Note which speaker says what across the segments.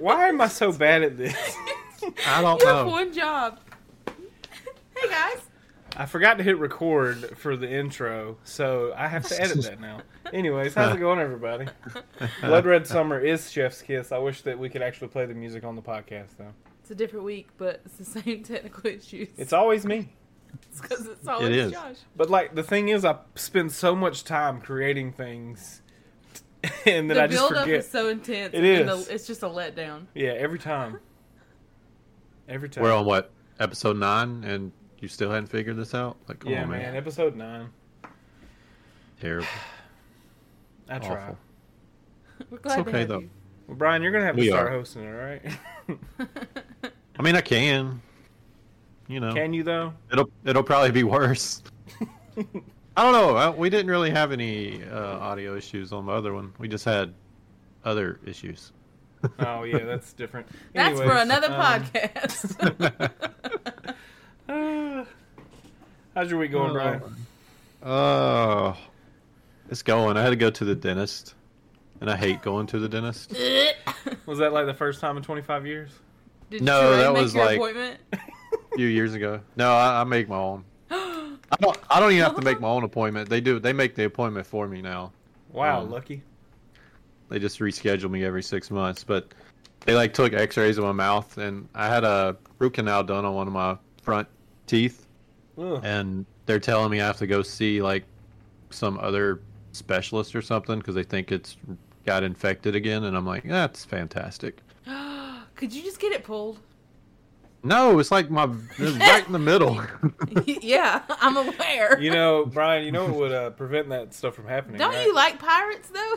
Speaker 1: am I so bad at this?
Speaker 2: I don't
Speaker 3: You have
Speaker 2: know.
Speaker 3: one job.
Speaker 4: Hey guys.
Speaker 1: I forgot to hit record for the intro, so I have to edit that now. Anyways, how's it going, everybody?
Speaker 2: Uh,
Speaker 1: Blood Red Summer is Chef's Kiss. I wish that we could actually play the music on the podcast, though.
Speaker 3: It's a different week, but it's the same technical issues.
Speaker 1: It's always me.
Speaker 3: because it's always
Speaker 2: is.
Speaker 3: Josh.
Speaker 1: But, like, the thing is, I spend so much time creating things, and then
Speaker 3: the
Speaker 1: I just
Speaker 3: build-up
Speaker 1: forget.
Speaker 3: is so intense.
Speaker 1: It
Speaker 3: and
Speaker 1: is.
Speaker 3: the- it's just a letdown.
Speaker 1: yeah, every time. Every time.
Speaker 2: We're on what episode nine, and you still hadn't figured this out. Like,
Speaker 1: yeah,
Speaker 2: oh man,
Speaker 1: man. Episode 9.
Speaker 2: terrible.
Speaker 1: I try.
Speaker 2: Awful.
Speaker 3: We're glad
Speaker 2: okay,
Speaker 3: to have
Speaker 2: though.
Speaker 3: you.
Speaker 1: Well, Brian, you're going to have to
Speaker 2: We
Speaker 1: start
Speaker 2: are.
Speaker 1: hosting it, all right?
Speaker 2: I mean, I can. You know,
Speaker 1: Can you, though?
Speaker 2: it'll it'll probably be worse. I don't know. I, we didn't really have any uh, audio issues on the other one. We just had other issues.
Speaker 1: Oh yeah, that's different.
Speaker 3: That's for
Speaker 1: Anyways,
Speaker 3: another
Speaker 1: um,
Speaker 3: podcast.
Speaker 1: uh, how's your week
Speaker 2: Uh,
Speaker 1: going, Brian?
Speaker 2: Oh, it's going. I had to go to the dentist, and I hate going to the dentist.
Speaker 1: Was that like the first time in 25 years?
Speaker 3: Did
Speaker 2: No,
Speaker 3: Sheree
Speaker 2: that
Speaker 3: make
Speaker 2: was
Speaker 3: your
Speaker 2: like-
Speaker 3: appointment?
Speaker 2: few years ago. No, I, I make my own. I don't. I don't even have to make my own appointment. They do. They make the appointment for me now.
Speaker 1: Wow,
Speaker 2: Um,
Speaker 1: lucky.
Speaker 2: They just reschedule me every six months. But they like took X-rays of my mouth, and I had a root canal done on one of my front teeth,
Speaker 1: Ugh.
Speaker 2: and they're telling me I have to go see like some other specialist or something because they think it's got infected again. And I'm like, that's fantastic.
Speaker 3: Could you just get it pulled?
Speaker 2: No, it's like my it's right in the middle.
Speaker 3: yeah, I'm aware.
Speaker 1: You know, Brian, you know what would uh, prevent that stuff from happening?
Speaker 3: Don't
Speaker 1: right?
Speaker 3: you like pirates though?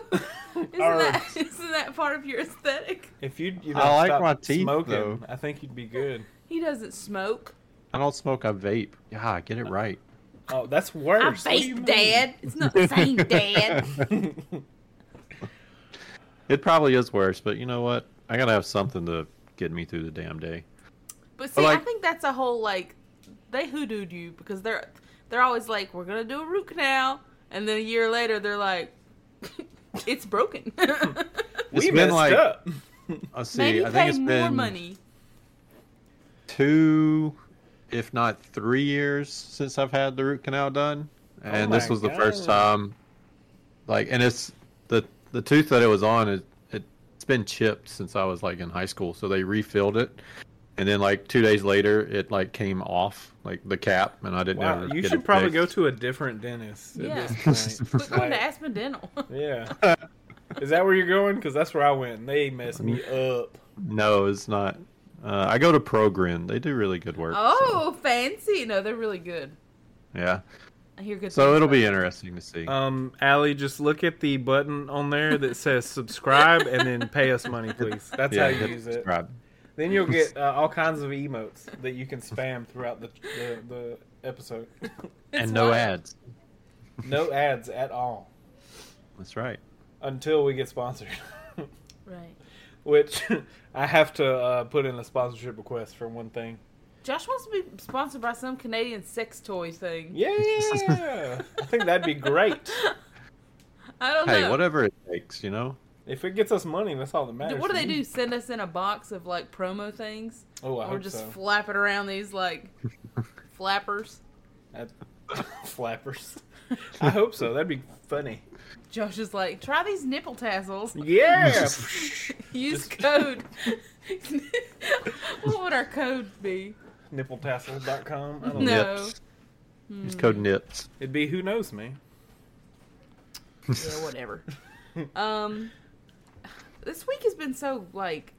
Speaker 3: Isn't
Speaker 1: Or-
Speaker 3: that isn't that part of your aesthetic?
Speaker 1: If you, you know,
Speaker 2: I like
Speaker 1: stop
Speaker 2: my teeth,
Speaker 1: smoking,
Speaker 2: though.
Speaker 1: I think you'd be good.
Speaker 3: He doesn't smoke.
Speaker 2: I don't smoke. I vape. Yeah, get it right.
Speaker 1: Oh, that's
Speaker 3: I
Speaker 1: worse. What do you
Speaker 3: fake
Speaker 1: mean?
Speaker 3: dad. It's not the same dad.
Speaker 2: It probably is worse, but you know what? I gotta have something to get me through the damn day.
Speaker 3: But see, I
Speaker 2: like-
Speaker 3: think that's a whole like they hoodooed you because they're they're always like, We're gonna do a root canal and then a year later they're like it's broken.
Speaker 1: We
Speaker 2: It's been
Speaker 1: messed
Speaker 2: like-
Speaker 1: up.
Speaker 2: I'll see.
Speaker 3: Maybe
Speaker 2: I
Speaker 3: pay
Speaker 2: think it's
Speaker 3: more
Speaker 2: been
Speaker 3: money.
Speaker 2: two, if not three years since I've had the root canal done, and
Speaker 1: Oh my
Speaker 2: this was the first
Speaker 1: God.
Speaker 2: time. Like, and it's the the tooth that it was on. It, it it's been chipped since I was like in high school, so they refilled it, and then like two days later, it like came off like the cap, and I didn't.
Speaker 1: Wow,
Speaker 2: ever
Speaker 1: you
Speaker 2: get
Speaker 1: should
Speaker 2: it
Speaker 1: probably go
Speaker 2: fixed.
Speaker 1: to a different dentist at
Speaker 3: Yeah.
Speaker 1: this point.
Speaker 3: Quit going to
Speaker 1: Like,
Speaker 3: Aspen Dental.
Speaker 1: yeah. Is that where you're going? Because that's where I went, and they messed me up.
Speaker 2: No, it's not. Uh, I go to Progrin. They do really good work. so,
Speaker 3: oh, fancy. No, they're really good.
Speaker 2: yeah.
Speaker 3: I hear good
Speaker 2: So
Speaker 3: things
Speaker 2: it'll
Speaker 3: about
Speaker 2: be
Speaker 3: them.
Speaker 2: interesting to see.
Speaker 1: Um, Allie, just look at the button on there that says subscribe and then pay us money, please. That's how you
Speaker 2: hit
Speaker 1: use it.
Speaker 2: subscribe.
Speaker 1: Then you'll get uh, all kinds of emotes that you can spam throughout the the, the episode.
Speaker 3: It's
Speaker 2: And no
Speaker 3: wild.
Speaker 2: ads.
Speaker 1: No ads at all
Speaker 2: That's right.
Speaker 1: until we get sponsored,
Speaker 3: Right.
Speaker 1: which I have to uh, put in a sponsorship request for one thing.
Speaker 3: Josh wants to be sponsored by some Canadian sex toy thing.
Speaker 1: Yeah, I think that'd be great
Speaker 3: I don't
Speaker 2: Hey,
Speaker 3: know.
Speaker 2: whatever it takes, you know?
Speaker 1: if it gets us money. That's all that
Speaker 3: Do-
Speaker 1: matters.
Speaker 3: What
Speaker 1: to
Speaker 3: do they
Speaker 1: me.
Speaker 3: do? Send us in a box of like promo things?
Speaker 1: Oh, I
Speaker 3: We're
Speaker 1: hope
Speaker 3: just
Speaker 1: so.
Speaker 3: flapping around these like flappers.
Speaker 1: That- flappers. I hope so. That'd be funny.
Speaker 3: Josh is like, try these nipple tassels.
Speaker 1: Yeah.
Speaker 3: Use
Speaker 1: Just-
Speaker 3: code. what would our code be?
Speaker 1: Nippletassel.com. I don't know.
Speaker 3: No. Hmm.
Speaker 2: Nips. Use code NIPS.
Speaker 1: It'd be who knows me.
Speaker 3: Yeah, whatever. um, this week has been so like,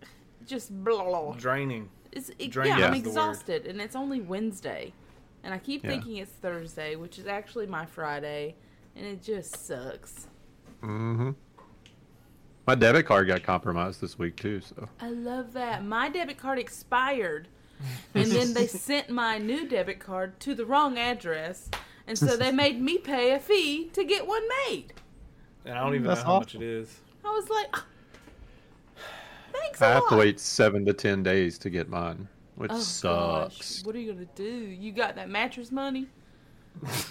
Speaker 3: just blah. blah.
Speaker 1: Draining.
Speaker 3: It's, it,
Speaker 1: Drained
Speaker 3: yeah,
Speaker 2: is
Speaker 3: I'm
Speaker 2: the
Speaker 3: exhausted, and it's only Wednesday, and I keep
Speaker 2: Yeah.
Speaker 3: thinking it's Thursday, which is actually my Friday, and it just sucks.
Speaker 2: Mm-hmm. My debit card got compromised this week, too, so.
Speaker 3: I love that. My debit card expired, and then they sent my new debit card to the wrong address, and so they made me pay a fee to get one made.
Speaker 1: And I don't even
Speaker 2: That's
Speaker 1: know how much
Speaker 2: awful.
Speaker 1: it is.
Speaker 3: I was like, "Ah, thanks a
Speaker 2: I have to
Speaker 3: lot."
Speaker 2: wait seven to ten days to get mine, which
Speaker 3: Oh,
Speaker 2: sucks.
Speaker 3: Gosh. What are you gonna do? You got that mattress money?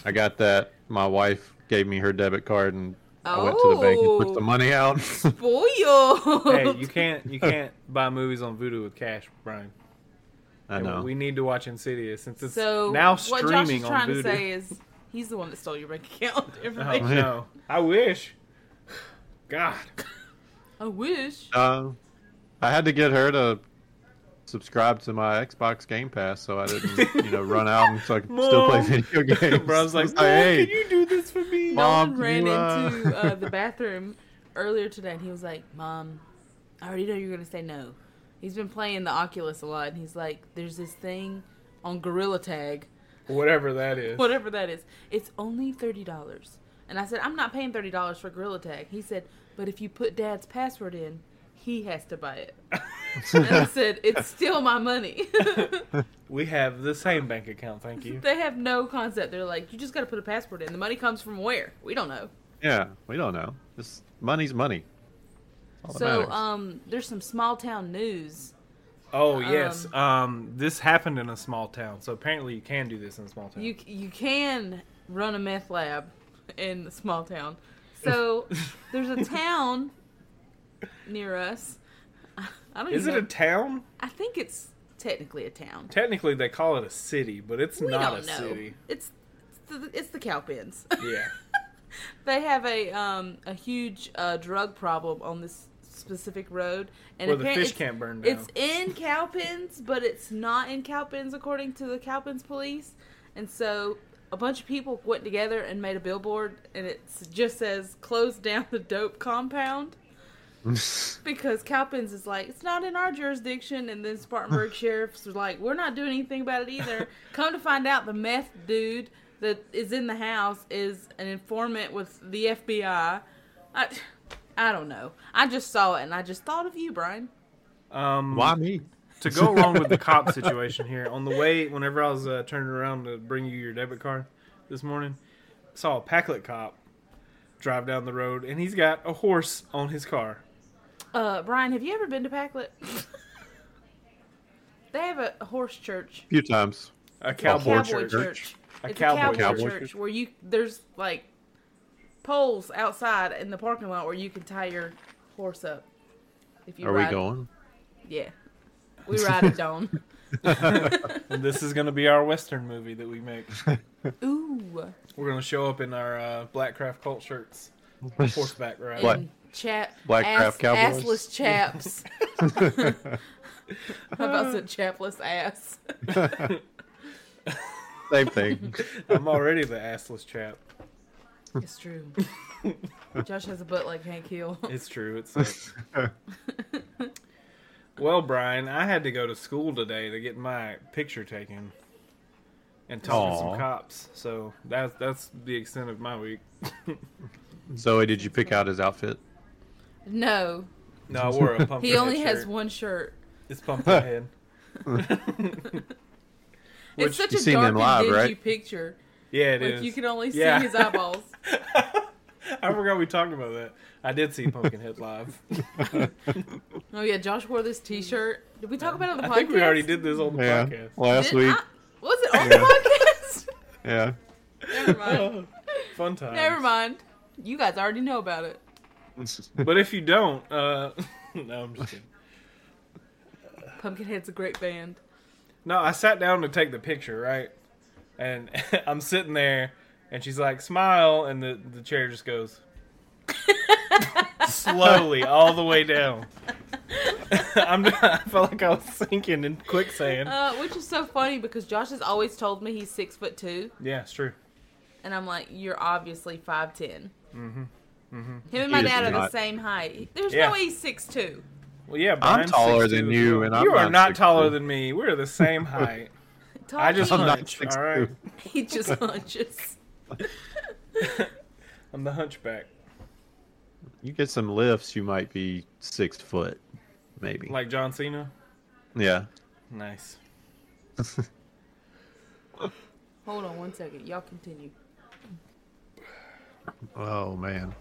Speaker 2: I got that. My wife gave me her debit card, and I went to the bank and
Speaker 3: Oh.
Speaker 2: took the money out.
Speaker 3: Spoiled.
Speaker 1: Hey, you can't you can't buy movies on Voodoo with cash, Brian.
Speaker 2: I
Speaker 1: And
Speaker 2: know.
Speaker 1: We need to watch Insidious since it's
Speaker 3: so
Speaker 1: now
Speaker 3: what Josh is
Speaker 1: streaming
Speaker 3: trying
Speaker 1: on Voodoo.
Speaker 3: to say is he's the one that stole your bank account
Speaker 1: oh,
Speaker 3: information.
Speaker 1: no, I wish. God,
Speaker 3: I wish.
Speaker 2: Uh, I had to get her to subscribe to my Xbox Game Pass so I didn't, you know, run out and so I could still play
Speaker 1: Mom.
Speaker 2: video games.
Speaker 1: bro, I was like,
Speaker 2: It's
Speaker 1: "Mom,
Speaker 2: hey,
Speaker 1: can you do this for me?
Speaker 2: Mom,
Speaker 3: Nolan
Speaker 2: you,
Speaker 3: ran
Speaker 2: uh,
Speaker 3: into uh, the bathroom earlier today, and he was like, "Mom, I already know you're gonna say no." He's been playing the Oculus a lot, and he's like, "There's this thing on Gorilla Tag,
Speaker 1: Whatever that is.
Speaker 3: whatever that is. It's only thirty dollars." And I said, "I'm not paying thirty dollars for Gorilla Tag." He said, "But if you put Dad's password in, he has to buy it." and I said, "It's still my money."
Speaker 1: We have the same bank account, thank you.
Speaker 3: they have no concept. They're like, "You just got to put a password in. The money comes from where? We don't know."
Speaker 2: yeah, we don't know. This money's money. All that
Speaker 3: So,
Speaker 2: matters.
Speaker 3: um, there's some small town news.
Speaker 1: Oh yes, um, this happened in a small town, so apparently you can do this in a small town.
Speaker 3: You you can run a meth lab in a small town. So, there's a town near us. I don't.
Speaker 1: is
Speaker 3: even
Speaker 1: it a town?
Speaker 3: I think it's technically a town.
Speaker 1: Technically, they call it a city, but it's
Speaker 3: We
Speaker 1: not
Speaker 3: don't
Speaker 1: a
Speaker 3: know.
Speaker 1: city.
Speaker 3: It's it's the, it's the cowpens.
Speaker 1: Yeah.
Speaker 3: they have a um a huge uh, drug problem on this specific road, and
Speaker 1: Where the
Speaker 3: apparent-
Speaker 1: fish
Speaker 3: it's-
Speaker 1: can't burn down.
Speaker 3: It's in Cowpens, but it's not in Cowpens according to the Cowpens police. And so a bunch of people went together and made a billboard, and it s- just says "Close down the dope compound" because Cowpens is like it's not in our jurisdiction, and then Spartanburg sheriffs were like, "We're not doing anything about it either." Come to find out, the meth dude that is in the house is an informant with the FBI. I, I don't know. I just saw it and I just thought of you, Brian.
Speaker 1: Um,
Speaker 2: Why me?
Speaker 1: to go along with the cop situation here, on the way, whenever I was uh, turning around to bring you your debit card this morning, I saw a Packlet cop drive down the road, and he's got a horse on his car.
Speaker 3: Uh, Brian, have you ever been to Packlet? they have a horse church,
Speaker 2: A few times.
Speaker 1: A cowboy,
Speaker 3: cowboy
Speaker 1: church.
Speaker 3: church.
Speaker 1: A
Speaker 3: it's
Speaker 1: cowboy
Speaker 3: a cowboy
Speaker 2: church.
Speaker 3: church. where you there's like poles outside in the parking lot where you can tie your horse up. If you
Speaker 2: Are
Speaker 3: ride.
Speaker 2: we going?
Speaker 3: Yeah, we ride it down.
Speaker 1: And this is going to be our Western movie that we make.
Speaker 3: Ooh,
Speaker 1: We're going to show up in our uh, black craft cult shirts, horseback ride.
Speaker 2: What?
Speaker 3: and chap
Speaker 2: Black crap
Speaker 3: ass,
Speaker 2: cowboys?
Speaker 3: assless chaps. How about some chapless ass?
Speaker 2: Same thing.
Speaker 1: I'm already the assless chap.
Speaker 3: It's true. Josh has a butt like Hank Hill.
Speaker 1: It's true. It sucks. well, Brian, I had to go to school today to get my picture taken and talk to
Speaker 2: Aw.
Speaker 1: some cops. So that's that's the extent of my week.
Speaker 2: Zoe, did you pick out his outfit?
Speaker 3: No,
Speaker 1: No, I wore a pumpkin.
Speaker 3: he only has one shirt.
Speaker 1: It's pumpkin head. Which-
Speaker 3: it's such
Speaker 2: You've
Speaker 3: a
Speaker 2: seen
Speaker 3: dark
Speaker 2: them live,
Speaker 3: and dingy
Speaker 2: right?
Speaker 3: picture.
Speaker 1: Yeah, it is.
Speaker 3: like you can only see
Speaker 1: Yeah.
Speaker 3: his eyeballs.
Speaker 1: I forgot we talked about that. I did see Pumpkinhead live.
Speaker 3: Oh yeah, Josh wore this T-shirt. Did we talk about it on the
Speaker 1: I
Speaker 3: podcast?
Speaker 1: think we already did this on the
Speaker 2: Yeah,
Speaker 1: podcast.
Speaker 2: last
Speaker 3: Did
Speaker 2: week.
Speaker 3: I- was it on
Speaker 2: Yeah. Yeah.
Speaker 3: the podcast? Never mind.
Speaker 1: Fun time.
Speaker 3: Never mind. You guys already know about it.
Speaker 1: But if you don't, uh, no, I'm just kidding.
Speaker 3: Pumpkinhead's a great band.
Speaker 1: No, I sat down to take the picture, right? And I'm sitting there, and she's like, smile, and the, the chair just goes slowly all the way down. I'm, I felt like I was sinking in quicksand.
Speaker 3: Uh, which is so funny because Josh has always told me he's six foot two,
Speaker 1: Yeah, it's true.
Speaker 3: and I'm like, you're obviously five ten. Mm-hmm. Him and my
Speaker 2: He is
Speaker 3: dad are the
Speaker 2: not.
Speaker 3: same height. There's
Speaker 1: Yeah.
Speaker 3: no way he's six two.
Speaker 1: Well, yeah,
Speaker 2: I'm
Speaker 1: Brian's
Speaker 2: taller
Speaker 1: 6'2"
Speaker 2: than
Speaker 1: as
Speaker 2: you,
Speaker 1: well.
Speaker 2: and I'm
Speaker 1: you are
Speaker 2: not
Speaker 1: not taller
Speaker 2: 6'2".
Speaker 1: than me. We're the same height. I just
Speaker 2: I'm not
Speaker 1: hunch.
Speaker 2: 6'2".
Speaker 1: All right,
Speaker 3: he just hunches.
Speaker 1: I'm the hunchback.
Speaker 2: You get some lifts, you might be six foot, maybe.
Speaker 1: Like John Cena.
Speaker 2: yeah.
Speaker 1: Nice.
Speaker 3: Hold on one second. Y'all continue.
Speaker 2: Oh man.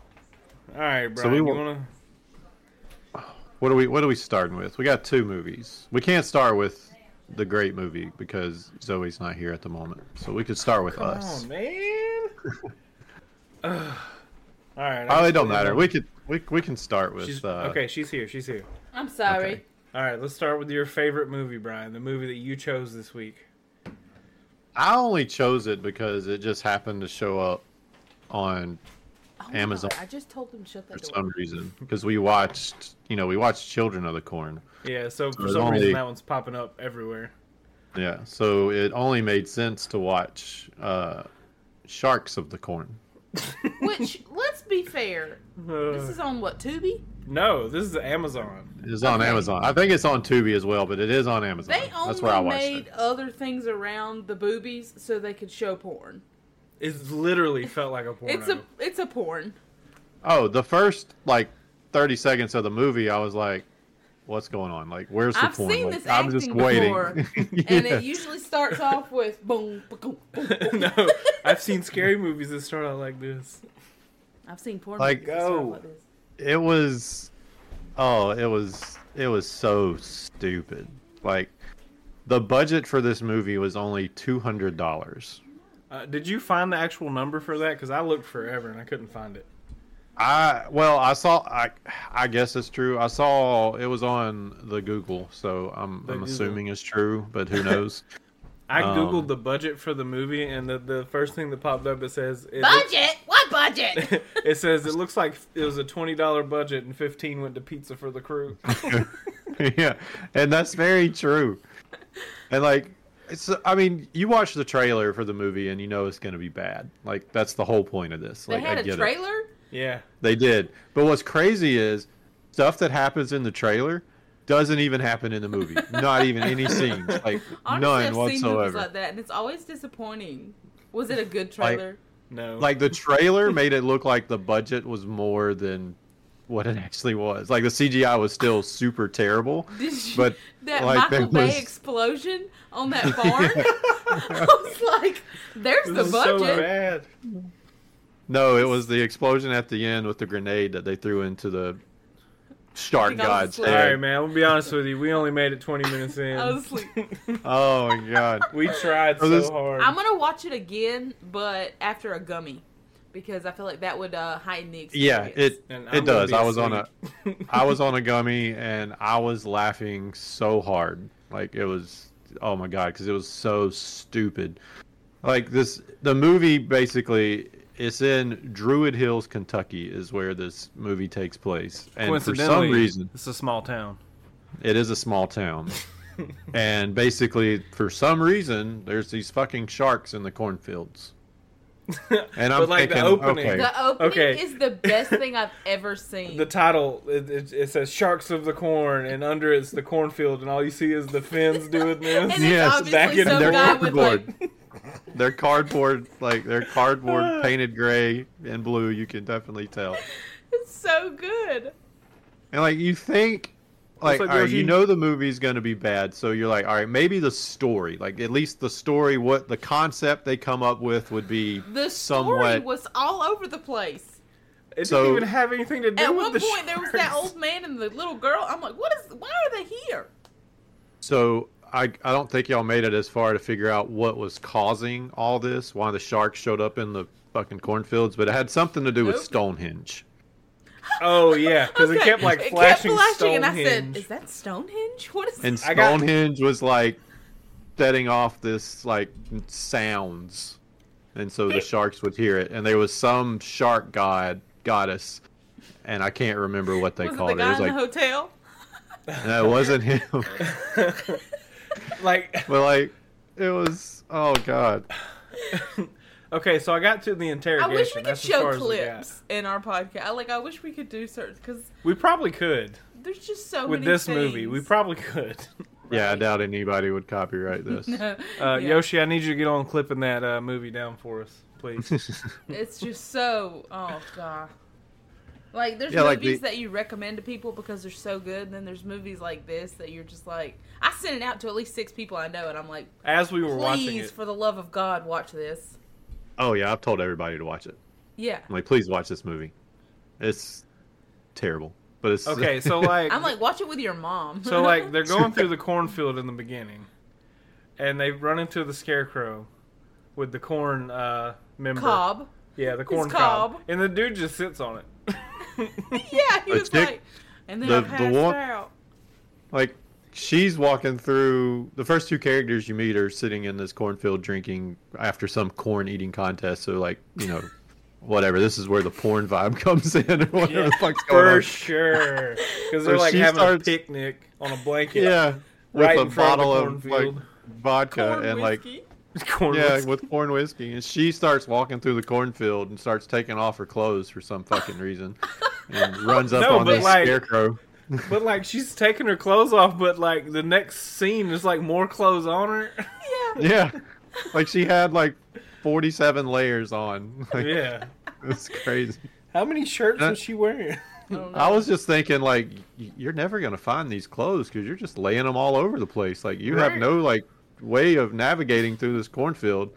Speaker 1: All right, Brian.
Speaker 2: we
Speaker 1: you
Speaker 2: will-
Speaker 1: wanna?
Speaker 2: What are we What are we starting with? We got two movies. We can't start with the great movie because Zoe's not here at the moment. So we could start with
Speaker 1: Come
Speaker 2: us.
Speaker 1: on, man. Oh, Ugh. All right.
Speaker 2: Oh, it don't matter. We could we we can start with
Speaker 1: She's,
Speaker 2: uh,
Speaker 1: okay, she's here. She's here.
Speaker 3: I'm sorry.
Speaker 2: Okay.
Speaker 1: All right, let's start with your favorite movie, Brian. The movie that you chose this week.
Speaker 2: I only chose it because it just happened to show up on
Speaker 3: Oh my
Speaker 2: Amazon.
Speaker 3: God, I just told them to shut
Speaker 2: for
Speaker 3: that door.
Speaker 2: some reason because we watched you know we watched Children of the Corn.
Speaker 1: Yeah, so for
Speaker 2: There's
Speaker 1: some reason
Speaker 2: only-
Speaker 1: that one's popping up everywhere.
Speaker 2: Yeah, so it only made sense to watch uh, Sharks of the Corn.
Speaker 3: Which, let's be fair,
Speaker 1: Uh.
Speaker 3: this is on what Tubi?
Speaker 1: no, this is Amazon.
Speaker 2: It's on
Speaker 3: Okay.
Speaker 2: Amazon. I think it's on Tubi as well, but it is on Amazon.
Speaker 3: They
Speaker 2: That's where I
Speaker 3: only
Speaker 2: watched
Speaker 3: made
Speaker 2: it.
Speaker 3: uh, other things around the boobies so they could show porn.
Speaker 1: It's literally felt like a porno.
Speaker 3: It's a it's a porn.
Speaker 2: Oh, the first like thirty seconds of the movie, I was like, "What's going on? Like, where's the
Speaker 3: I've
Speaker 2: porn?"
Speaker 3: seen
Speaker 2: Like,
Speaker 3: this
Speaker 2: I'm just
Speaker 3: acting
Speaker 2: waiting.
Speaker 3: before,
Speaker 2: Yeah.
Speaker 3: And it usually starts off with boom, ba-goom, boom, boom.
Speaker 1: no, I've seen scary movies that start out like this.
Speaker 3: I've seen porn.
Speaker 2: Like, oh.
Speaker 3: movies that start
Speaker 1: go.
Speaker 3: like this.
Speaker 2: it was oh it was it was so stupid like the budget for this movie was only $200
Speaker 1: Uh, did you find the actual number for that? Because I looked forever and I couldn't find it.
Speaker 2: i well i saw i i guess it's true i saw it was on the google so i'm
Speaker 1: The
Speaker 2: i'm
Speaker 1: Google.
Speaker 2: assuming it's true but who knows
Speaker 1: I
Speaker 2: Um,
Speaker 1: googled the budget for the movie, and the, the first thing that popped up it says it looks-
Speaker 3: Budget? What budget?
Speaker 1: it says it looks like it was a twenty dollar budget and fifteen went to pizza for the crew.
Speaker 2: yeah, and that's very true. And like, it's I mean, you watch the trailer for the movie and you know it's going to be bad. Like that's the whole point of this.
Speaker 3: They
Speaker 2: Like
Speaker 3: had
Speaker 2: I
Speaker 3: a
Speaker 2: get it.
Speaker 3: trailer.
Speaker 1: yeah,
Speaker 2: They did. But what's crazy is stuff that happens in the trailer doesn't even happen in the movie. Not even any scenes. Like
Speaker 3: Honestly,
Speaker 2: none
Speaker 3: I've seen movies
Speaker 2: whatsoever.
Speaker 3: like that, and it's always disappointing. Was it a good trailer?
Speaker 1: no,
Speaker 2: like the trailer made it look like the budget was more than what it actually was. Like the CGI was still super terrible.
Speaker 3: Did you,
Speaker 2: But,
Speaker 3: that
Speaker 2: like,
Speaker 3: Michael
Speaker 2: there
Speaker 3: Bay
Speaker 2: was-
Speaker 3: explosion on that barn? I was like, "There's
Speaker 1: this
Speaker 3: the
Speaker 1: is
Speaker 3: budget."
Speaker 1: so bad.
Speaker 2: No, it was the explosion at the end with the grenade that they threw into the shark
Speaker 3: think I was
Speaker 2: god's
Speaker 1: All
Speaker 3: Yeah.
Speaker 1: right,
Speaker 2: head.
Speaker 1: man. I'm gonna be honest with you. We only made it 20 minutes in.
Speaker 3: I was asleep.
Speaker 2: Oh my god.
Speaker 1: we tried
Speaker 2: So
Speaker 1: so
Speaker 2: Oh, this-
Speaker 1: hard.
Speaker 3: I'm gonna watch it again, but after a gummy, because I feel like that would uh, heighten the
Speaker 2: Yeah,
Speaker 3: experience.
Speaker 2: it
Speaker 1: And I'm
Speaker 2: it
Speaker 1: gonna
Speaker 2: does.
Speaker 1: be
Speaker 2: I was on a
Speaker 1: asleep.
Speaker 2: I was on a gummy and I was laughing so hard. Like it was oh my god cuz it was so stupid. Like this the movie basically it's in Druid Hills, Kentucky is where this movie takes place. And for some reason
Speaker 1: it's a small town.
Speaker 2: It is a small town. and basically, for some reason, there's these fucking sharks in the cornfields. And I'm
Speaker 1: but like
Speaker 2: thinking,
Speaker 1: the opening,
Speaker 2: okay.
Speaker 3: The opening
Speaker 1: Okay.
Speaker 3: is the best thing I've ever seen.
Speaker 1: the title it, it, it says "Sharks of the Corn" and under it's the cornfield, and all you see is the fins doing
Speaker 3: and
Speaker 1: this.
Speaker 3: it's
Speaker 2: Yes,
Speaker 3: obviously
Speaker 1: back in
Speaker 3: some
Speaker 1: their
Speaker 3: guy with like,
Speaker 2: cardboard. They're cardboard, like they're cardboard painted gray and blue. You can definitely tell.
Speaker 3: it's so good.
Speaker 2: And like you think, like,
Speaker 1: like
Speaker 2: all right,
Speaker 1: Yoshi-
Speaker 2: you know the movie's gonna be bad, so you're like, all right, maybe the story, like at least the story, what the concept they come up with would be
Speaker 3: The story
Speaker 2: somewhat.
Speaker 3: was all over the place.
Speaker 1: It
Speaker 2: So-
Speaker 1: didn't even have anything to do
Speaker 3: At
Speaker 1: with
Speaker 3: one
Speaker 1: the
Speaker 3: point, there was that
Speaker 1: sharks.
Speaker 3: old man and the little girl. I'm like, what is? Why are they here?
Speaker 2: So I I don't think y'all made it as far to figure out what was causing all this, why the sharks showed up in the fucking cornfields, but it had something to do with
Speaker 3: Nope.
Speaker 2: Stonehenge.
Speaker 1: Oh yeah, because it
Speaker 3: Okay,
Speaker 1: kept like flashing, Stonehenge.
Speaker 3: and I said, "Is that Stonehenge? What is?"
Speaker 2: And
Speaker 1: I got-
Speaker 2: Stonehenge was like setting off this like sounds. And so the sharks would hear it. And there was some shark god goddess and I can't remember what they
Speaker 3: was it the
Speaker 2: called
Speaker 3: guy
Speaker 2: it.
Speaker 3: in
Speaker 2: It
Speaker 3: the
Speaker 2: was
Speaker 3: hotel?
Speaker 2: like no, it wasn't him.
Speaker 1: like
Speaker 2: but like it was oh god.
Speaker 1: okay, so I got to the
Speaker 3: I
Speaker 1: interrogation.
Speaker 3: wish we could
Speaker 1: That's as far
Speaker 3: show
Speaker 1: as we got.
Speaker 3: clips in our podcast. I- Like, I wish we could do certain because
Speaker 1: We probably could
Speaker 3: there's just so
Speaker 1: with
Speaker 3: many
Speaker 1: this movie.
Speaker 3: things.
Speaker 1: We probably could.
Speaker 2: Yeah, I doubt anybody would copyright this.
Speaker 1: Uh,
Speaker 3: Yeah.
Speaker 1: Yoshi, I need you to get on clipping that uh, movie down for us, please.
Speaker 3: It's just so oh god. Like there's
Speaker 2: Yeah, like
Speaker 3: movies
Speaker 2: the-
Speaker 3: that you recommend to people because they're so good, and then there's movies like this that you're just like, I sent it out to at least six people I know, and I'm like,
Speaker 1: As we were watching
Speaker 3: please,
Speaker 1: it,
Speaker 3: for the love of God, watch this.
Speaker 2: Oh yeah, I've told everybody to watch it.
Speaker 3: Yeah,
Speaker 2: I'm like, please watch this movie. It's terrible, but it's
Speaker 1: okay, so like,
Speaker 3: I'm like, watch it with your mom.
Speaker 1: so like, they're going through the cornfield in the beginning, and they run into the scarecrow with the corn uh, member.
Speaker 3: Cobb.
Speaker 1: Yeah, the corn
Speaker 3: It's
Speaker 1: cob.
Speaker 3: cob.
Speaker 1: And the dude just sits on it.
Speaker 3: yeah, he
Speaker 2: A
Speaker 3: was
Speaker 2: chick-
Speaker 3: like, and then
Speaker 2: the-
Speaker 3: I
Speaker 2: the
Speaker 3: passed
Speaker 2: one-
Speaker 3: out.
Speaker 2: like she's walking through the first two characters you meet are sitting in this cornfield drinking after some corn eating contest so like you know whatever this is where the porn vibe comes in or whatever the fuck's going
Speaker 1: For
Speaker 2: on
Speaker 1: sure.
Speaker 2: So
Speaker 1: Because they're like
Speaker 2: she
Speaker 1: having
Speaker 2: starts-
Speaker 1: a picnic on a blanket.
Speaker 2: yeah with
Speaker 1: Right
Speaker 2: a
Speaker 1: in front of the
Speaker 2: bottle of, like
Speaker 1: cornfield.
Speaker 2: vodka
Speaker 4: Corn
Speaker 2: and like
Speaker 4: whiskey.
Speaker 1: Corn
Speaker 2: yeah
Speaker 1: whiskey.
Speaker 2: with corn whiskey and she starts walking through the cornfield and starts taking off her clothes for some fucking reason and runs up
Speaker 1: No,
Speaker 2: on
Speaker 1: but
Speaker 2: this
Speaker 1: like-
Speaker 2: scarecrow
Speaker 1: But like she's taking her clothes off, but like the next scene is like more clothes on her.
Speaker 3: Yeah.
Speaker 2: yeah like she had like 47 layers on like,
Speaker 1: yeah.
Speaker 2: it's crazy
Speaker 1: How many shirts
Speaker 2: Uh,
Speaker 1: was she wearing?
Speaker 3: don't know.
Speaker 2: I was just thinking, like, y- you're never gonna find these clothes because you're just laying them all over the place. Like, you
Speaker 1: Right.
Speaker 2: have no like way of navigating through this cornfield.